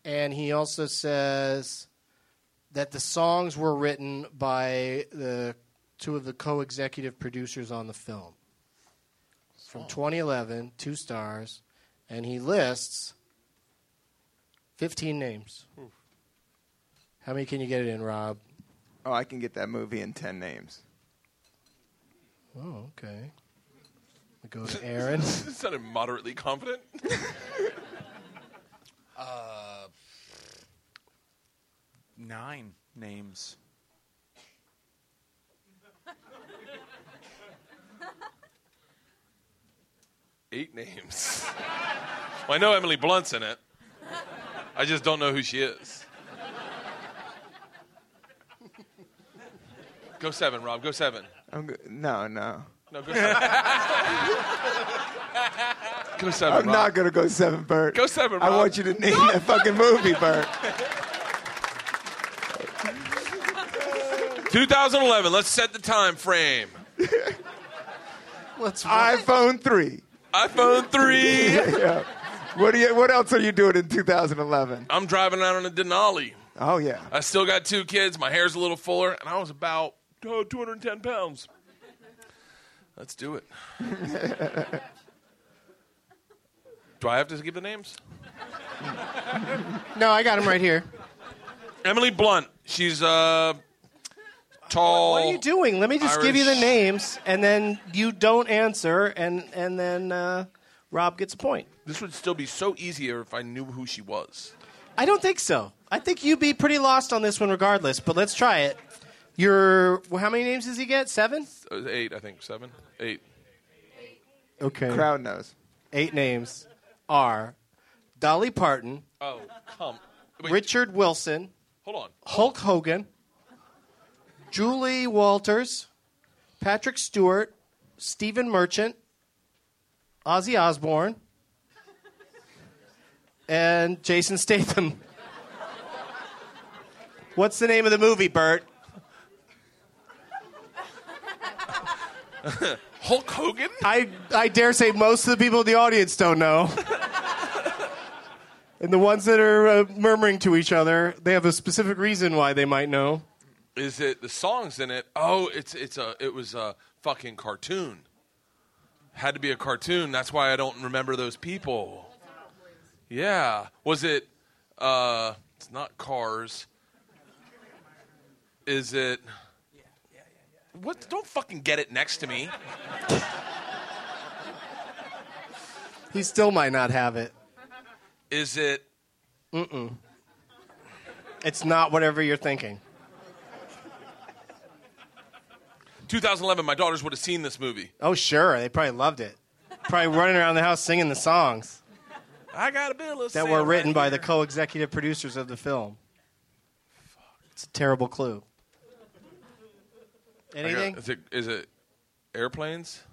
Speaker 4: And he also says that the songs were written by the two of the co executive producers on the film. It's From 2011, two stars. And he lists 15 names. How many can you get it in, Rob?
Speaker 7: Oh, I can get that movie in 10 names.
Speaker 4: Oh, okay. We go to Aaron.
Speaker 5: Sounded moderately confident.
Speaker 6: Uh, nine names.
Speaker 5: Eight names. <laughs> well, I know Emily Blunt's in it. I just don't know who she is. Go seven, Rob. Go seven.
Speaker 7: I'm go- no, no.
Speaker 5: No, go seven. go seven.
Speaker 7: I'm
Speaker 5: Rob.
Speaker 7: not going to go seven, Bert.
Speaker 5: Go seven,
Speaker 7: I
Speaker 5: Rob.
Speaker 7: want you to name that fucking movie,
Speaker 5: <laughs>
Speaker 7: Bert.
Speaker 5: 2011. Let's set the time frame.
Speaker 4: Let's
Speaker 7: iPhone 3.
Speaker 5: iPhone three.
Speaker 7: yeah. What, do you, what else are you doing in 2011?
Speaker 5: I'm driving out on a Denali.
Speaker 7: Oh, yeah.
Speaker 5: I still got two kids. My hair's a little fuller, and I was about oh, 210 pounds. Let's
Speaker 4: <laughs>
Speaker 5: do it. do I have to give the names?
Speaker 4: no, I got him right here.
Speaker 5: Emily Blunt. She's uh, tall.
Speaker 4: What are you doing? Let me just give you the
Speaker 5: Irish.
Speaker 4: names, and then you don't answer, and and then uh, Rob gets a point.
Speaker 5: This would still be so easier if I knew who she was.
Speaker 4: I don't think so. I think you'd be pretty lost on this one, regardless. But let's try it. You're well, how many names does he get? Seven.
Speaker 5: Uh, Eight, I think. Seven? Eight.
Speaker 4: Okay.
Speaker 7: Crowd knows.
Speaker 4: Eight names are Dolly Parton,
Speaker 5: Oh, come. Wait,
Speaker 4: Richard Wilson,
Speaker 5: hold on.
Speaker 4: Hulk Hogan, Julie Walters, Patrick Stewart, Stephen Merchant, Ozzy Osbourne, and Jason Statham. What's the name of the movie, Bert?
Speaker 5: Hulk Hogan?
Speaker 4: I, I dare say most of the people in the audience don't know. <laughs> and the ones that are uh, murmuring to each other, they have a specific reason why they might know.
Speaker 5: Is it the songs in it? Oh, it's it's a it was a fucking cartoon. Had to be a cartoon. That's why I don't remember those people. Yeah. Was it uh it's not cars. Is it What don't fucking get it next to me.
Speaker 4: He still might not have it.
Speaker 5: Is it
Speaker 4: Mm-mm. It's not whatever you're thinking.
Speaker 5: 2011 my daughters would have seen this movie.
Speaker 4: Oh, sure. They probably loved it. Probably running around the house singing the songs
Speaker 5: I got a bill of
Speaker 4: that
Speaker 5: sale
Speaker 4: were written
Speaker 5: right
Speaker 4: by
Speaker 5: here.
Speaker 4: the co executive producers of the film. It's a terrible clue.
Speaker 5: I got-
Speaker 4: Anything?
Speaker 5: is it is it airplanes?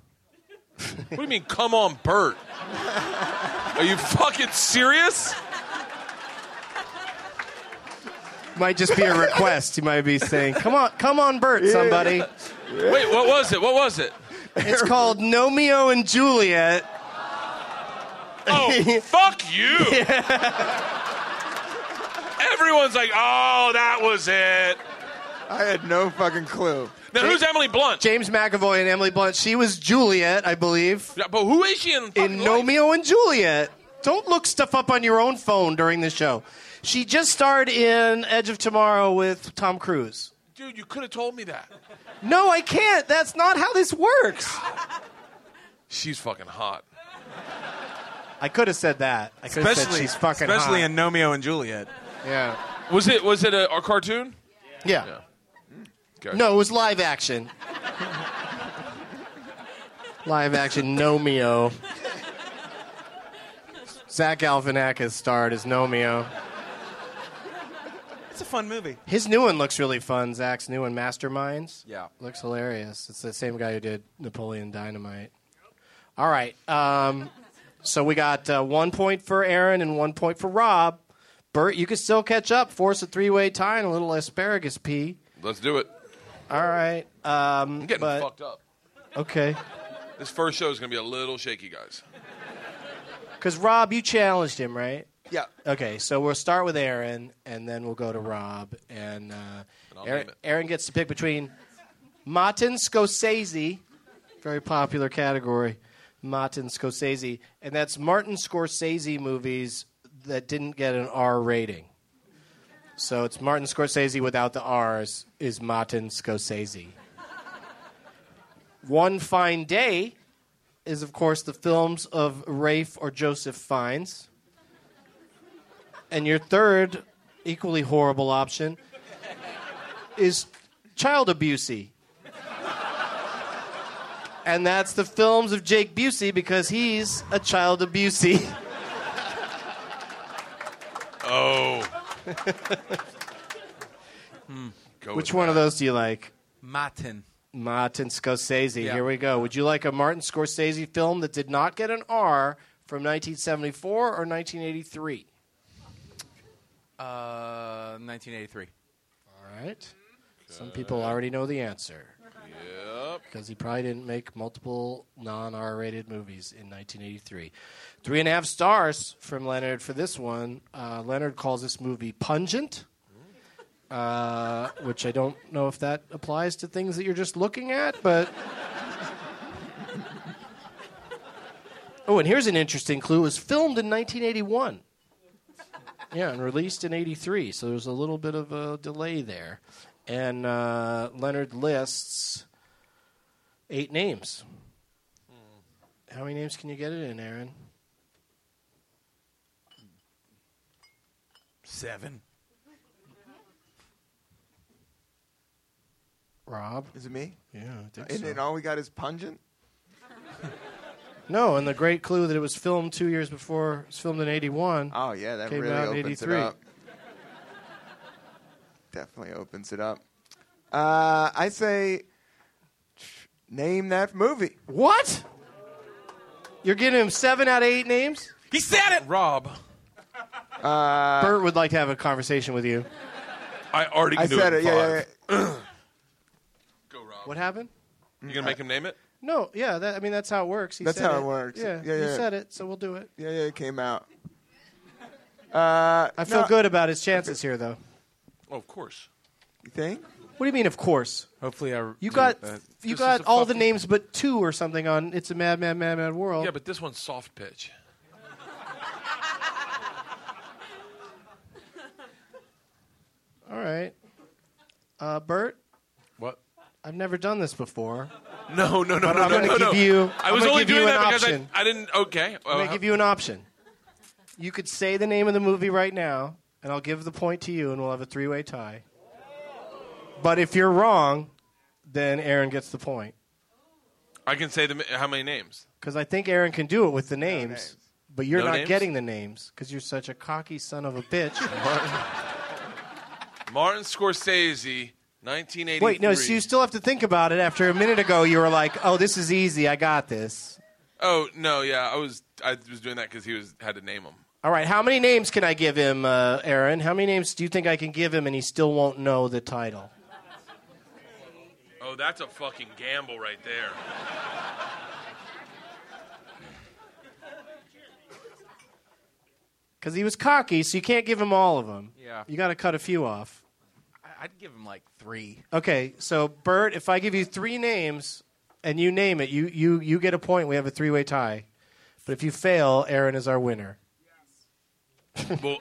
Speaker 5: what do you mean? Come on, Bert. Are you fucking serious?
Speaker 4: Might just be a request. He might be saying, "Come on, come on, Bert, somebody."
Speaker 5: Wait, what was it? What was it?
Speaker 4: <laughs> It's called Nomeo and Juliet.
Speaker 5: Oh, fuck you. Everyone's like, oh, that was it.
Speaker 4: I had no fucking clue.
Speaker 5: Now, who's Emily Blunt?
Speaker 4: James McAvoy and Emily Blunt. She was Juliet, I believe.
Speaker 5: but who is she in?
Speaker 4: In Nomeo and Juliet. Don't look stuff up on your own phone during the show. She just starred in Edge of Tomorrow with Tom Cruise.
Speaker 5: Dude, you could have told me that.
Speaker 4: No, I can't. That's not how this works.
Speaker 5: She's fucking hot.
Speaker 4: I could have said that. I could have said she's fucking
Speaker 6: especially
Speaker 4: hot.
Speaker 6: in Nomeo and Juliet.
Speaker 4: yeah.
Speaker 5: Was it was it a, a cartoon?
Speaker 4: Yeah.
Speaker 5: Okay.
Speaker 4: No, it was live action. live action Nomeo. Zach Galifianakis starred as Nomeo.
Speaker 6: It's a fun movie.
Speaker 4: His new one looks really fun. Zach's new one, Masterminds.
Speaker 6: Yeah.
Speaker 4: Looks hilarious. It's the same guy who did Napoleon Dynamite. All right. Um, so we got uh, one point for Aaron and one point for Rob. Bert, you can still catch up. Force a three way tie and a little asparagus pea.
Speaker 5: Let's do it.
Speaker 4: All right. Um,
Speaker 5: I'm getting
Speaker 4: but-
Speaker 5: fucked up.
Speaker 4: Okay.
Speaker 5: This first show is gonna be a little shaky, guys.
Speaker 4: Because Rob, you challenged him, right?
Speaker 5: Yeah.
Speaker 4: Okay, so we'll start with Aaron, and then we'll go to Rob, and, uh,
Speaker 5: I'll
Speaker 4: Aaron,
Speaker 5: name it.
Speaker 4: Aaron gets to pick between Martin Scorsese, very popular category, Martin Scorsese, and that's Martin Scorsese movies that didn't get an R rating. So it's Martin Scorsese without the R's is Martin Scorsese. One Fine Day is, of course, the films of Rafe or Joseph Fiennes. And your third, equally horrible option, is Child Abusey. And that's the films of Jake Busey because he's a child abusey. <laughs>
Speaker 5: Oh. Hmm. Go
Speaker 4: Which
Speaker 5: with
Speaker 4: one of those do you like?
Speaker 6: Martin.
Speaker 4: Martin Scorsese.
Speaker 6: Yeah.
Speaker 4: Here we go. Would you like a Martin Scorsese film that did not get an R from 1974 or 1983?
Speaker 6: Uh, 1983.
Speaker 4: All right. Some people already know the answer.
Speaker 5: Yep.
Speaker 4: Because he probably didn't make multiple non R rated movies in 1983. Three and a half stars from Leonard for this one. Uh, Leonard calls this movie pungent, uh, which I don't know if that applies to things that you're just looking at, but. <laughs> Oh, and here's an interesting clue. It was filmed in 1981. Yeah, and released in 83. So there's a little bit of a delay there. And uh, Leonard lists eight names.
Speaker 7: Hmm.
Speaker 4: How many names can you get it in, Aaron?
Speaker 6: Seven.
Speaker 4: Rob?
Speaker 7: Is it me?
Speaker 4: Yeah, I think
Speaker 7: And
Speaker 4: so.
Speaker 7: then all we got is pungent?
Speaker 4: No, and the great clue that it was filmed two years before, it was filmed in 81.
Speaker 7: Oh, yeah, that
Speaker 4: Came
Speaker 7: really
Speaker 4: out in
Speaker 7: opens it
Speaker 4: 83.
Speaker 7: up. Definitely opens it up. Uh, I say, name that movie.
Speaker 4: What? You're giving him seven out of eight names?
Speaker 6: He said it.
Speaker 5: Rob.
Speaker 4: Bert would like to have a conversation with you.
Speaker 5: I already
Speaker 7: I
Speaker 5: knew
Speaker 7: said
Speaker 5: it.
Speaker 7: it.
Speaker 5: in
Speaker 7: Yeah,
Speaker 5: five.
Speaker 7: yeah, yeah.
Speaker 5: Go, Rob.
Speaker 4: What happened?
Speaker 7: Mm.
Speaker 5: You gonna make him name it?
Speaker 4: No, yeah, that, I mean that's how it works. He
Speaker 7: That's
Speaker 4: said
Speaker 7: how it works.
Speaker 4: Yeah,
Speaker 7: Yeah,
Speaker 4: you
Speaker 7: yeah.
Speaker 4: said it, so we'll do it.
Speaker 7: Yeah, yeah, it came out. Uh,
Speaker 4: I feel
Speaker 7: no-
Speaker 4: good about his chances here, though.
Speaker 5: Oh, of course.
Speaker 7: You think?
Speaker 4: What do you mean? Of course.
Speaker 6: Hopefully, I.
Speaker 4: You
Speaker 6: do
Speaker 4: got
Speaker 6: that.
Speaker 4: you
Speaker 5: This
Speaker 4: got
Speaker 5: is a
Speaker 4: all the
Speaker 5: fucking-
Speaker 4: names but two or something on "It's a Mad Mad Mad Mad World."
Speaker 5: Yeah, but this one's soft pitch.
Speaker 4: all right, uh, Bert.
Speaker 5: What?
Speaker 4: I've never done this before.
Speaker 5: No, no,
Speaker 4: But
Speaker 5: no, no.
Speaker 4: I'm
Speaker 5: no,
Speaker 4: gonna
Speaker 5: no,
Speaker 4: give
Speaker 5: no.
Speaker 4: you-
Speaker 5: I
Speaker 4: I'm
Speaker 5: was
Speaker 4: gonna
Speaker 5: only
Speaker 4: give you
Speaker 5: doing
Speaker 4: an
Speaker 5: that because
Speaker 4: option.
Speaker 5: I, I didn't. Okay.
Speaker 4: I'm gonna give you an option. You could say the name of the movie right now, and I'll give the point to you, and we'll have a three-way tie. But if you're wrong, then Aaron gets the point
Speaker 5: I can say the, how many names.
Speaker 4: because I think Aaron can do it with the names. But you're
Speaker 5: No
Speaker 4: not
Speaker 5: names?
Speaker 4: getting the names because you're such a cocky son of a
Speaker 5: <laughs>
Speaker 4: bitch.
Speaker 5: Martin Scorsese, 1983.
Speaker 4: Wait, no, so you still have to think about it. After a minute ago, you were like, "Oh, this is easy. I got this."
Speaker 5: Oh no, yeah, I was I was doing that because he was had to name him.
Speaker 4: All right, how many names can I give him, uh, Aaron? How many names do you think I can give him, and he still won't know the title?
Speaker 5: Oh, that's a fucking gamble right there.
Speaker 4: Because he was cocky, so you can't give him all of them.
Speaker 6: Yeah.
Speaker 4: you got to cut a few off.
Speaker 6: I- I'd give him like three.
Speaker 4: Okay, so Bert, if I give you three names and you name it, you you you get a point. We have a three-way tie. But if you fail, Aaron is our winner.
Speaker 5: well,
Speaker 6: Uh,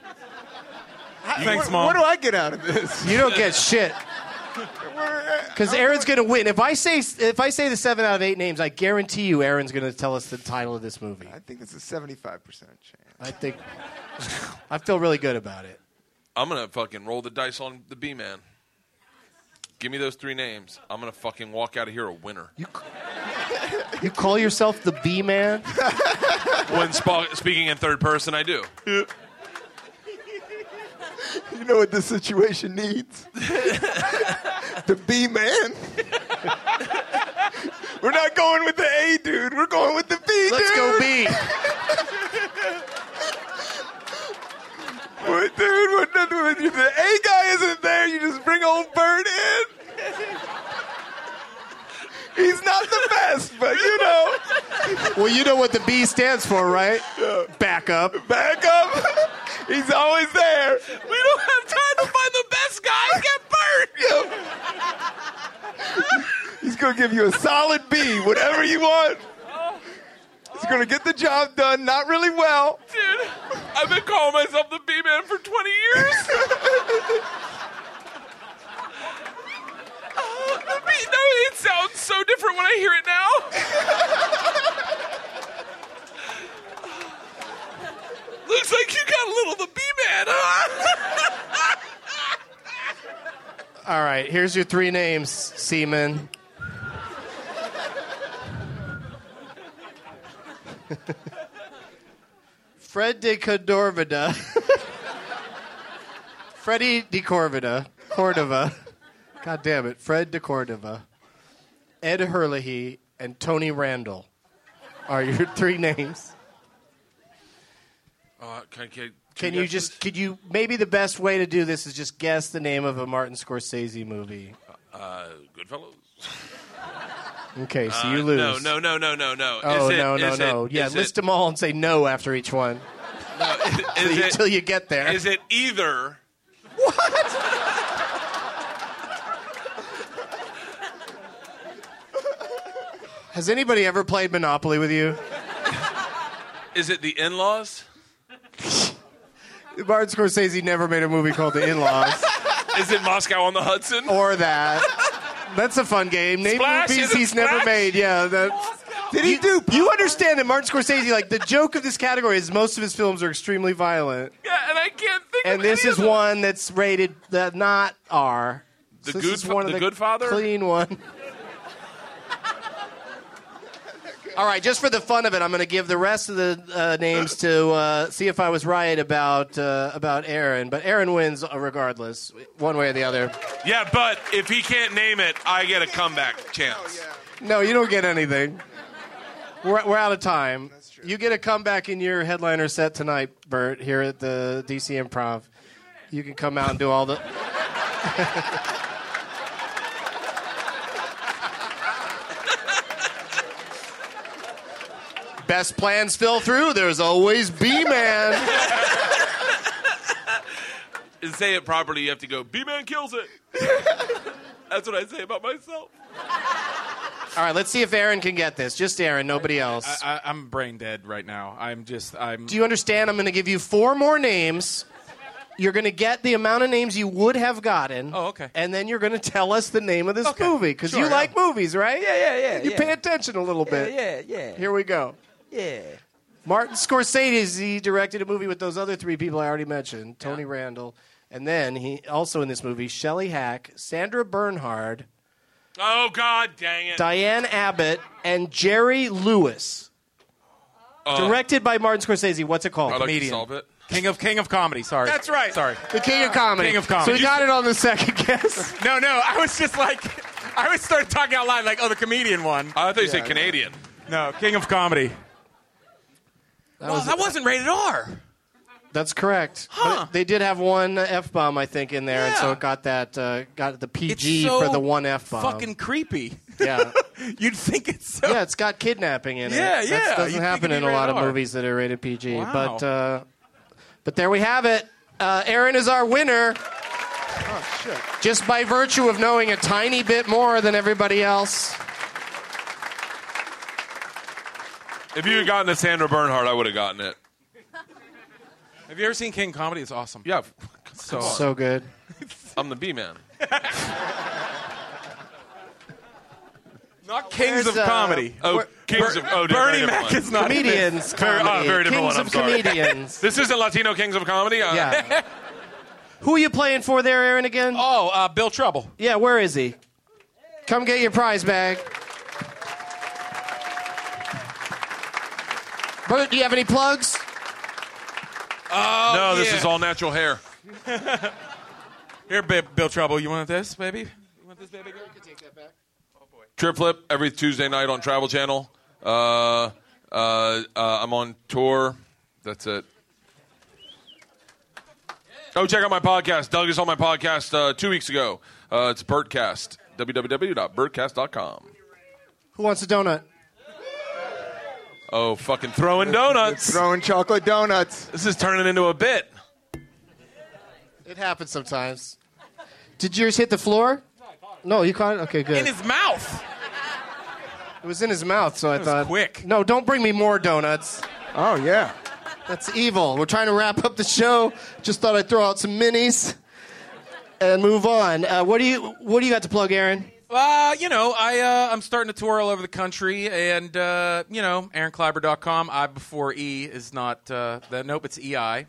Speaker 7: How-
Speaker 4: Thanks,
Speaker 7: what,
Speaker 4: Mom.
Speaker 7: What do I get out of this? <laughs>
Speaker 4: You don't get shit. Because Aaron's gonna win. If I say if I say the seven out of eight names, I guarantee you Aaron's gonna tell us the title of this movie.
Speaker 7: I think it's a seventy-five percent chance.
Speaker 4: I think I feel really good about it.
Speaker 5: I'm gonna fucking roll the dice on the B man. Give me those three names. I'm gonna fucking walk out of here a winner.
Speaker 4: You call yourself the B man?
Speaker 5: when sp- speaking in third person, I do.
Speaker 7: You know what this situation
Speaker 4: <laughs>
Speaker 7: needs? the B man. We're not going with the A dude. We're going with the B
Speaker 4: Let's
Speaker 7: dude.
Speaker 4: go <laughs> B.
Speaker 7: What, dude, what, the- what- the A guy isn't there. You just bring old Bird in. He's not the best, but you know,
Speaker 4: Well, you know what the B stands for, right? Back up.
Speaker 7: back up. He's always there.
Speaker 5: We don't have time to find the best guy. Get Bert.
Speaker 7: He's gonna give you a solid B, whatever you want. He's gonna get the job done, not really well.
Speaker 5: Dude, I've been calling myself the B man for 20 years. <laughs> Oh, the B- no, it sounds so different when I hear it now. <laughs> Looks like you got a little the B man. Huh?
Speaker 4: All right, here's your three names, Seaman. Fred de Cordovada. Freddy de Corvida. Cordova. God damn it. Fred de Cordova. Ed Herlihy and Tony Randall are your three names.
Speaker 5: <laughs> Uh, can, I get- can,
Speaker 4: Can you
Speaker 5: guys-
Speaker 4: just, could you, maybe the best way to do this is just guess the name of a Martin Scorsese movie.
Speaker 5: Uh, Goodfellas.
Speaker 4: Okay, so you
Speaker 5: Uh,
Speaker 4: lose.
Speaker 5: No, no, no, no, no, no.
Speaker 4: Oh
Speaker 5: Is it-
Speaker 4: no no
Speaker 5: is it-
Speaker 4: no! yeah,
Speaker 5: is
Speaker 4: list
Speaker 5: it,
Speaker 4: them all and say no after each one <laughs>
Speaker 5: is it-
Speaker 4: until you get there.
Speaker 5: Is it either?
Speaker 4: Has anybody ever played Monopoly with you?
Speaker 5: Is it the in-laws?
Speaker 4: Martin Scorsese never made a movie called The
Speaker 5: <laughs>
Speaker 4: In-Laws
Speaker 5: Is it Moscow on the Hudson?
Speaker 4: or that. That's a fun game. Name
Speaker 5: Splash,
Speaker 4: movies
Speaker 5: is it
Speaker 4: he's never
Speaker 5: Splash?
Speaker 4: made. Yeah. That, did he do? You understand that Martin Scorsese, like the joke of this category, is most of his films are extremely violent,
Speaker 5: yeah, and I can't think.
Speaker 4: and
Speaker 5: of
Speaker 4: this
Speaker 5: any
Speaker 4: is
Speaker 5: of them.
Speaker 4: one that's rated uh, not R.
Speaker 5: The
Speaker 4: So this
Speaker 5: good
Speaker 4: is
Speaker 5: fa-
Speaker 4: one of
Speaker 5: the good father?
Speaker 4: Clean one. All right, just for the fun of it, I'm going to give the rest of the uh, names to uh, see if I was right about uh, about Aaron. But Aaron wins uh, regardless, one way or the other.
Speaker 5: Yeah, but if he can't name it, I get a comeback chance.
Speaker 4: No, you don't get anything. We're, we're out of time. You get a comeback in your headliner set tonight, Bert, here at the DC Improv. You can come out and do all the. <laughs> best plans fell through. There's always B Man.
Speaker 5: And say it properly, you have to go, B Man
Speaker 4: <laughs>
Speaker 5: kills it. That's what I say about myself.
Speaker 4: All right, let's see if Aaron can get this. Just Aaron, nobody else.
Speaker 6: I, I, I'm brain dead right now. I'm just. I'm.
Speaker 4: Do you understand? I'm going to give you four more names. You're going to get the amount of names you would have gotten.
Speaker 6: Oh, okay.
Speaker 4: And then you're going to tell us the name of this movie because you
Speaker 6: Sure,
Speaker 4: like movies, right?
Speaker 7: Yeah, yeah, yeah,
Speaker 4: You
Speaker 7: yeah.
Speaker 4: pay attention a little bit.
Speaker 7: Yeah, yeah,
Speaker 4: Here we go.
Speaker 7: yeah.
Speaker 4: Martin Scorsese he directed a movie with those other three people I already mentioned, Tony Randall, and then he also in this movie Shelley Hack, Sandra Bernhard,
Speaker 5: Oh, God dang it.
Speaker 4: Diane Abbott, and Jerry Lewis.
Speaker 7: Uh,
Speaker 4: directed by Martin Scorsese. What's it called?
Speaker 5: I'd like to
Speaker 6: comedian.
Speaker 5: solve it.
Speaker 6: King of King of comedy. Sorry.
Speaker 9: That's right.
Speaker 6: Sorry.
Speaker 4: the King of Comedy.
Speaker 6: King of Comedy.
Speaker 4: So we got it on the second <laughs> guess.
Speaker 6: No, no. I was just like, <laughs> I always started talking out loud, like, oh, the comedian one.
Speaker 5: I thought you said Canadian.
Speaker 6: No, King of comedy. well, that wasn't rated R.
Speaker 4: That's correct. But they did have one f bomb, I think, in there, and so
Speaker 6: Yeah.
Speaker 4: it got that uh, got the
Speaker 6: It's
Speaker 4: PG
Speaker 6: so
Speaker 4: for the one f bomb.
Speaker 6: Fucking creepy.
Speaker 4: <laughs>
Speaker 6: <laughs>
Speaker 4: yeah.
Speaker 6: You'd think it's so.
Speaker 4: yeah, it's got kidnapping in it.
Speaker 6: Yeah,
Speaker 4: That
Speaker 6: yeah. You'd
Speaker 4: doesn't
Speaker 6: think
Speaker 4: happen
Speaker 6: it'd
Speaker 4: in a
Speaker 6: be
Speaker 4: lot of
Speaker 6: rated R.
Speaker 4: movies that are rated PG.
Speaker 6: Wow.
Speaker 4: But uh, but there we have it. Uh, Aaron is our winner.
Speaker 6: Oh,
Speaker 4: Just by virtue of knowing a tiny bit more than everybody else.
Speaker 5: If you had gotten a Sandra Bernhardt, I would have gotten it.
Speaker 6: Have you ever seen King comedy? It's awesome.
Speaker 5: Yeah,
Speaker 6: So,
Speaker 4: So good.
Speaker 5: I'm the B Man.
Speaker 6: not Kings of
Speaker 4: Where's, uh,
Speaker 6: comedy.
Speaker 5: Oh, Kings of oh, different,
Speaker 6: Bernie
Speaker 5: different
Speaker 6: Mac
Speaker 5: one.
Speaker 6: is not in it.
Speaker 4: Comedians.
Speaker 5: Very- oh,
Speaker 4: comedy.
Speaker 5: very different
Speaker 4: Kings
Speaker 5: one, I'm
Speaker 4: of
Speaker 5: sorry.
Speaker 6: <laughs>
Speaker 4: comedians.
Speaker 5: This isn't Latino Kings of Comedy. Uh,
Speaker 4: yeah. Who are you playing for there, Aaron, again?
Speaker 6: Oh, uh, Bill Trouble.
Speaker 4: Yeah, where is he? Come get your prize bag. Bert, do you have any plugs?
Speaker 5: no, Oh, this
Speaker 6: yeah.
Speaker 5: is all natural hair.
Speaker 6: Here, Bi- Bill Trouble. You want this, baby? You want this, baby girl?
Speaker 5: Trip Flip every Tuesday night on Travel Channel. Uh, uh, uh, I'm on tour. That's it. Go check out my podcast. Doug is on my podcast uh, two weeks ago. Uh, it's Birdcast. www.birdcast.com.
Speaker 4: Who wants a donut?
Speaker 5: Oh, fucking throwing donuts.
Speaker 7: Throwing chocolate donuts.
Speaker 5: This is turning into a bit.
Speaker 4: It happens sometimes. Did yours hit the floor? No, you caught it? Okay, good.
Speaker 6: In his mouth.
Speaker 4: it was in his mouth, so I
Speaker 6: was
Speaker 4: thought.
Speaker 6: quick.
Speaker 4: No, don't bring me more donuts.
Speaker 7: Oh yeah.
Speaker 4: That's evil. We're trying to wrap up the show. Just thought I'd throw out some minis and move on. Uh, what do you What do you got to plug, Aaron?
Speaker 6: Uh, you know, I uh, I'm starting to tour all over the country, and uh, you know, AaronKleiber.com. I before E is not uh, that. Nope, it's E I.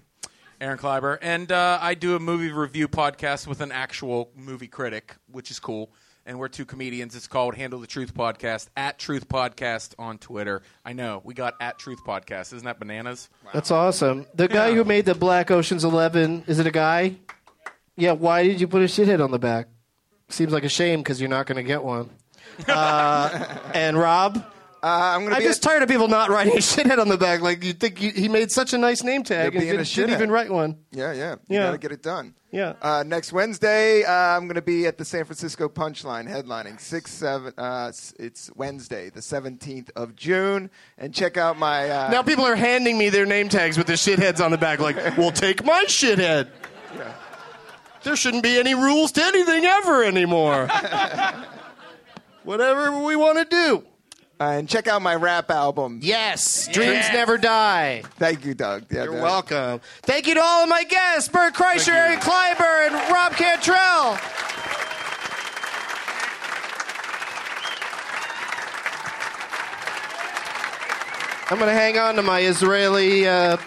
Speaker 6: Aaron Kleiber, and uh, I do a movie review podcast with an actual movie critic, which is cool. And we're two comedians. It's called Handle the Truth Podcast at Truth Podcast on Twitter. I know we got at Truth Podcast. Isn't that bananas?
Speaker 4: That's awesome. The guy who made the Black Ocean's Eleven is it a guy? Yeah. Why did you put a shithead on the back? Seems like a shame because you're not going to get one. Uh, and Rob.
Speaker 7: Uh, I'm gonna
Speaker 4: I'm
Speaker 7: be.
Speaker 4: just tired of people not writing a shithead on the back. Like you think you, he made such a nice name tag
Speaker 7: They're
Speaker 4: and
Speaker 7: being
Speaker 4: didn't,
Speaker 7: a
Speaker 4: didn't
Speaker 7: shithead.
Speaker 4: even write one.
Speaker 7: yeah, yeah. You
Speaker 4: Yeah.
Speaker 7: gotta get it done.
Speaker 4: Yeah.
Speaker 7: Uh, next Wednesday, uh, I'm going to be at the San Francisco Punchline headlining six seven. Uh, s- it's Wednesday, the 17th of June, and check out my. Uh,
Speaker 4: Now people are handing me their name tags with the shitheads on the back.
Speaker 7: <laughs>
Speaker 4: Like, well, take my shithead. There shouldn't be any rules to anything ever anymore.
Speaker 7: <laughs>
Speaker 4: Whatever we want to do.
Speaker 7: uh, and check out my rap album.
Speaker 4: Yes, dreams never die.
Speaker 7: Thank you, Doug. Yeah,
Speaker 4: You're
Speaker 7: that-
Speaker 4: welcome. Thank you to all of my guests: Bert Kreischer, Eric Kleiber, and Rob Cantrell. I'm gonna hang on to my Israeli uh,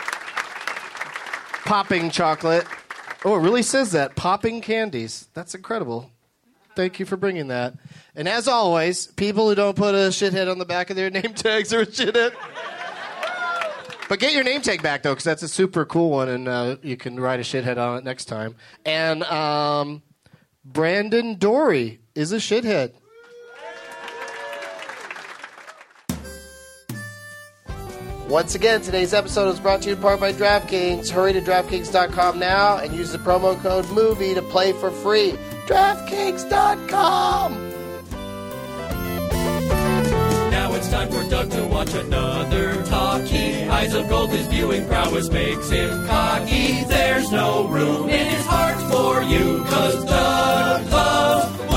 Speaker 4: popping chocolate. Oh, it really says that popping candies. That's incredible. Thank you for bringing that. And as always, people who don't put a shithead on the back of their name tags are a shithead. But get your name tag back though, because that's a super cool one, and uh, you can write a shithead on it next time. And um, Brandon Dory is a shithead. Once again, today's episode is brought to you in part by DraftKings. Hurry to DraftKings.com now and use the promo code MOVIE to play for free. DraftKings.com!
Speaker 3: Now it's time for Doug to watch another talkie. Eyes of gold, his viewing prowess makes him cocky. There's no room in his heart for you, cause Doug loves